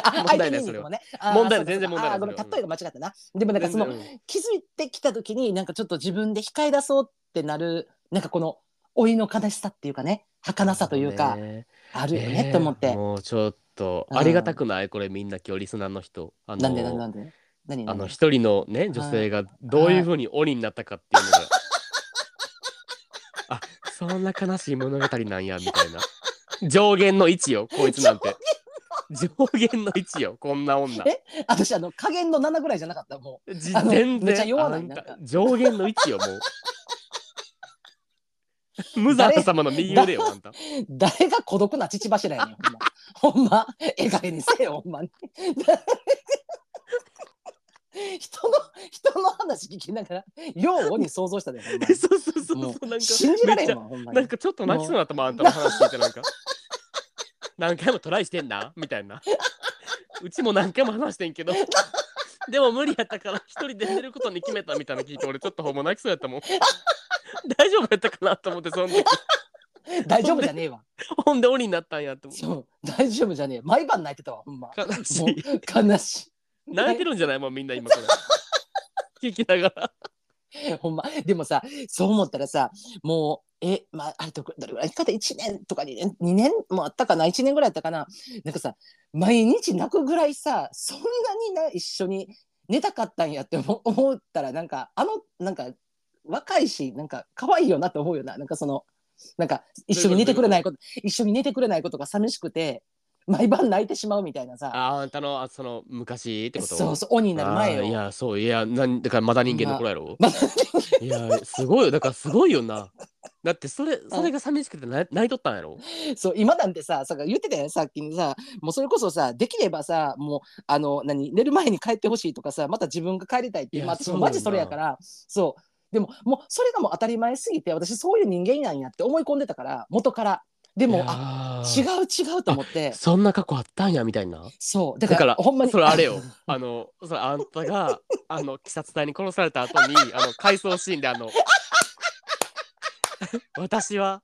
S2: あ、
S1: 問題ない
S2: 相手
S1: それは
S2: もね。あ
S1: 問題ない
S2: そうか
S1: 全然問題ない
S2: あごめん、
S1: そ
S2: 例
S1: れは
S2: えが間違ったな。でもなんかその、
S1: 全然
S2: 気づいてきた時になんかちょっと自分で控え出そうってなる、なんかこの、老いの悲しさっていうかね、儚さというか、
S1: ね
S2: あるよ
S1: え
S2: ね
S1: え
S2: と思って。
S1: もうちょっと、
S2: うん
S1: ありがたくないこれみんな今日リスナーの人。あの
S2: なんでなんでなんで何
S1: あ
S2: 何
S1: の一人のね、女性がどういうふうに鬼になったかっていうのが。 (laughs) あ、そんな悲しい物語なんや、みたいな。上限の位置よ、こいつなんて。上限の位置よ、こんな女。
S2: え私あの加減の7ぐらいじゃなかったも
S1: じ
S2: あの
S1: 全
S2: めちゃ
S1: 然
S2: 弱ない
S1: あんた
S2: なんか
S1: 上限の位置よもう無惨様の右腕よあん
S2: (laughs)
S1: た
S2: う誰が孤独な乳柱やねんほんま (laughs) ほんまええ加減にせえよほんまに (laughs) 人の人の話聞きながらよう鬼想像したでほんまに
S1: そうそうそう
S2: も
S1: そうなんか
S2: 信じら
S1: め
S2: れ
S1: っち
S2: へ
S1: ゃ
S2: んわほんま
S1: なん
S2: に
S1: かちょっと泣きそうになったもんあんたの話聞いてなんか何回もトライしてんなみたいなうちも何回も話してんけどでも無理やったから一人で寝ることに決めたみたいなの聞いて俺ちょっとほんま泣きそうやったもん大丈夫やったかなと思ってそん時
S2: 大丈夫じゃねえわ
S1: ほんで鬼になったんやって思って
S2: そう大丈夫じゃねえ毎晩泣いてたわほんま
S1: 悲し
S2: も
S1: いう
S2: 悲しい
S1: 泣いてるんじゃないもうみんな今これ聞きながら
S2: (laughs) ほんま、でもさ、そう思ったらさ、もう、え、まあ、あれどどれぐらいかで1年とか2年、2年もあったかな、1年ぐらいあったかな。なんかさ、毎日泣くぐらいさ、そんなにな一緒に寝たかったんやって思思ったら、なんか、あの、なんか、若いし、なんか、可愛いよなって思うよな。なんかその、なんか、一緒に寝てくれないこと、一緒に寝てくれないことが寂しくて、毎晩泣いてしまうみたいなさ、
S1: ああんたのあその昔ってこと
S2: そうそう、鬼になる前
S1: あーい
S2: よ。
S1: やそういやなんだからまだ人間の頃やろ、
S2: まあ
S1: いやすごいよだからすごいよなだってそれそれが寂しくてな泣いとったんやろ
S2: (laughs) そう今なんてささ言ってたよねさっきにさもうそれこそさできればさもうあの何寝る前に帰ってほしいとかさまた自分が帰りたいって
S1: いや
S2: まあ私
S1: そ
S2: も
S1: うなんだ
S2: マジそれやからそうでももうそれがもう当たり前すぎて私そういう人間なんやって思い込んでたから元からで
S1: で
S2: もあ
S1: あ
S2: 違う違うと思って
S1: そんな過去あったんやみたいな
S2: そうだ
S1: だか
S2: から
S1: ら
S2: ほんまに
S1: それあれよあのそれあんたがあの鬼殺隊に殺された後にあの回想シーンであの (laughs) 私は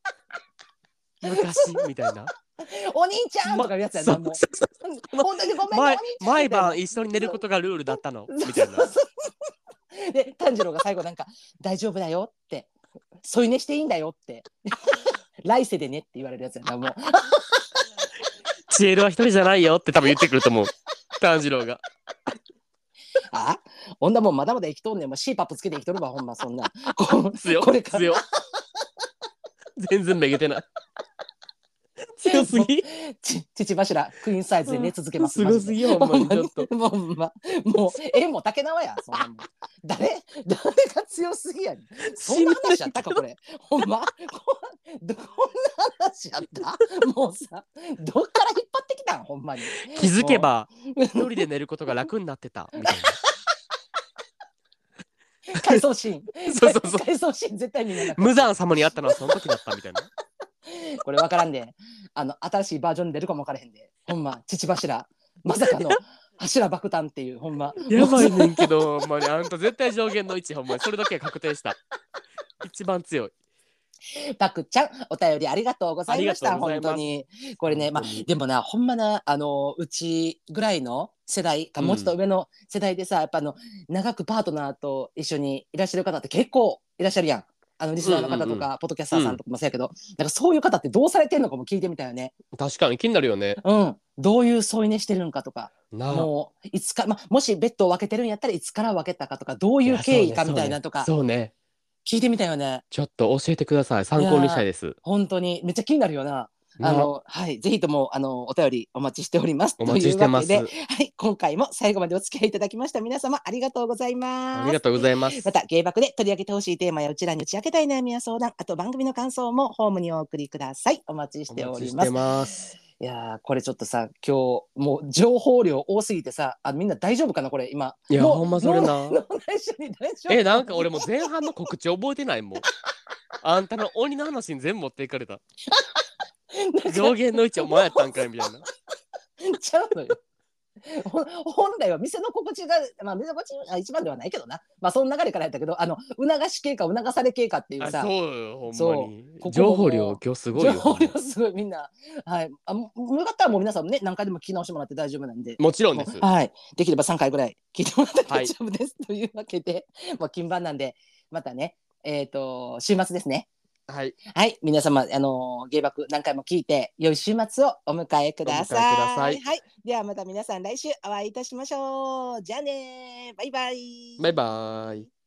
S1: 昔みたいな
S2: (laughs) お兄ちゃんとかいうやつや
S1: そ
S2: な
S1: う
S2: もう
S1: そう
S2: うん本当にごめんね
S1: 毎毎
S2: お兄ちゃんみたいな
S1: 晩一緒に寝ることがルールだったのみたいな
S2: そうそうそう (laughs) で炭治郎が最後なんか「大丈夫だよ」って「添い寝していいんだよ」って (laughs) 「来世でね」って言われるやつやなもう
S1: チエルは一人じゃないよって多分言ってくると思う炭治郎が
S2: あ女もんまだまだ生きとんねんもう C パップつけて生きとるわほんまそんなこ
S1: 強
S2: これから
S1: 強全然めげて
S2: (laughs)
S1: ない強すぎ
S2: ち父柱クイーンサイズで寝続けます
S1: うん
S2: マジ
S1: すごすぎ
S2: で
S1: よほんまに
S2: ほんまにもうほんまもうえもう竹縄やそんなもん誰誰が強すぎやねんそんな話やったかこれ (laughs) ほんまこどんな話やったもうさどっから引っ張ってきたんほんまに
S1: (laughs) 気づけば一人で寝ることが楽になってたみたい
S2: 回想シーン
S1: なそうそうそう (laughs)
S2: 回想シーン絶対みんな
S1: 無惨様に会ったのはその時だったみたいな
S2: これ分からんで、あの、新しいバージョン出るかも分からへんで、ほんま、父柱、まさかの柱爆誕っていう、ほんま。
S1: やばいねんけど、ほんまにあんた絶対上限の1、ほんまにそれだけは確定した。一番強い。
S2: パクちゃん、お便りありがとうございました。
S1: ありがとうござい
S2: 本
S1: ます
S2: 当に。これね、まあ
S1: 本当に、
S2: でもな、ほんまな、あの、うちぐらいの世代か、
S1: うん
S2: もうちょっと上の世代でさ、やっぱあの、長くパートナーと一緒にいらっしゃる方って結構いらっしゃるやん。あの、リスナーの方とか、
S1: うんうん
S2: ポッドキャスターさんとかもそうやけど、なんかそういう方ってどうされてんのかも聞いてみたよね。
S1: 確かに気になるよね。
S2: うん。どういう添い寝してるのかとか、
S1: なあ
S2: もう、いつか、まあ、もしベッドを分けてるんやったらいつから分けたかとか、どういう経緯かみたいなとか、
S1: そうね。
S2: 聞いてみたよね。
S1: ちょっと教えてください。参考にしたいです。
S2: 本当に。めっちゃ気になるよな。あ
S1: な
S2: の、はい、ぜひとも、あの、お便りお待ちしております。
S1: お待ちしてます
S2: というわけではい、今回も最後までお付き合いいただきました。皆様、ありがとうございます。
S1: ありがとうございます。
S2: また、芸爆で取り上げてほしいテーマやうちらに打ち明けたい悩みや相談、あと番組の感想もホームにお送りください。お待ちしておりま
S1: お
S2: す。
S1: 待ちしてます。
S2: いやー、これちょっとさ、今日、もう情報量多すぎてさ、あ、みんな大丈夫かな、これ、今。
S1: いや
S2: もう
S1: ほんまそれな
S2: 脳内緒に大丈夫
S1: え、なんか俺もう前半の告知覚えてないもん。 (laughs) あんたの鬼の話に全部持っていか
S2: (laughs)
S1: れた。
S2: (laughs) なんか
S1: 上限の位置お前やったんかいみたいな。
S2: (laughs) ちゃうのよ。ほ本来は店の心地が、まあ、店の心地が一番ではないけどな、まあ、その流れからやったけどあの促し系か促され系かっていう
S1: あ
S2: さ
S1: そうよ、ほん
S2: そ
S1: ま
S2: う
S1: に。
S2: ここも
S1: 情報量、今日すごい
S2: 情
S1: よ。
S2: 報量すごいみんな、はい、あもうよかったらもう皆さんもね何回でも聞き直してもらって大丈夫なんで。
S1: もちろんです。
S2: (laughs) はい、できれば3回ぐらい聞いてもらって
S1: は
S2: 大
S1: い
S2: 丈夫です、というわけでもう金番なんでまたね、えー、と週末ですね
S1: はい。
S2: はい皆様あのー芸爆何回も聞いて良い週末をお迎えください
S1: お迎えください
S2: はい、ではまた皆さん来週お会いいたしましょうじゃあねバイバイ
S1: バイバーイ。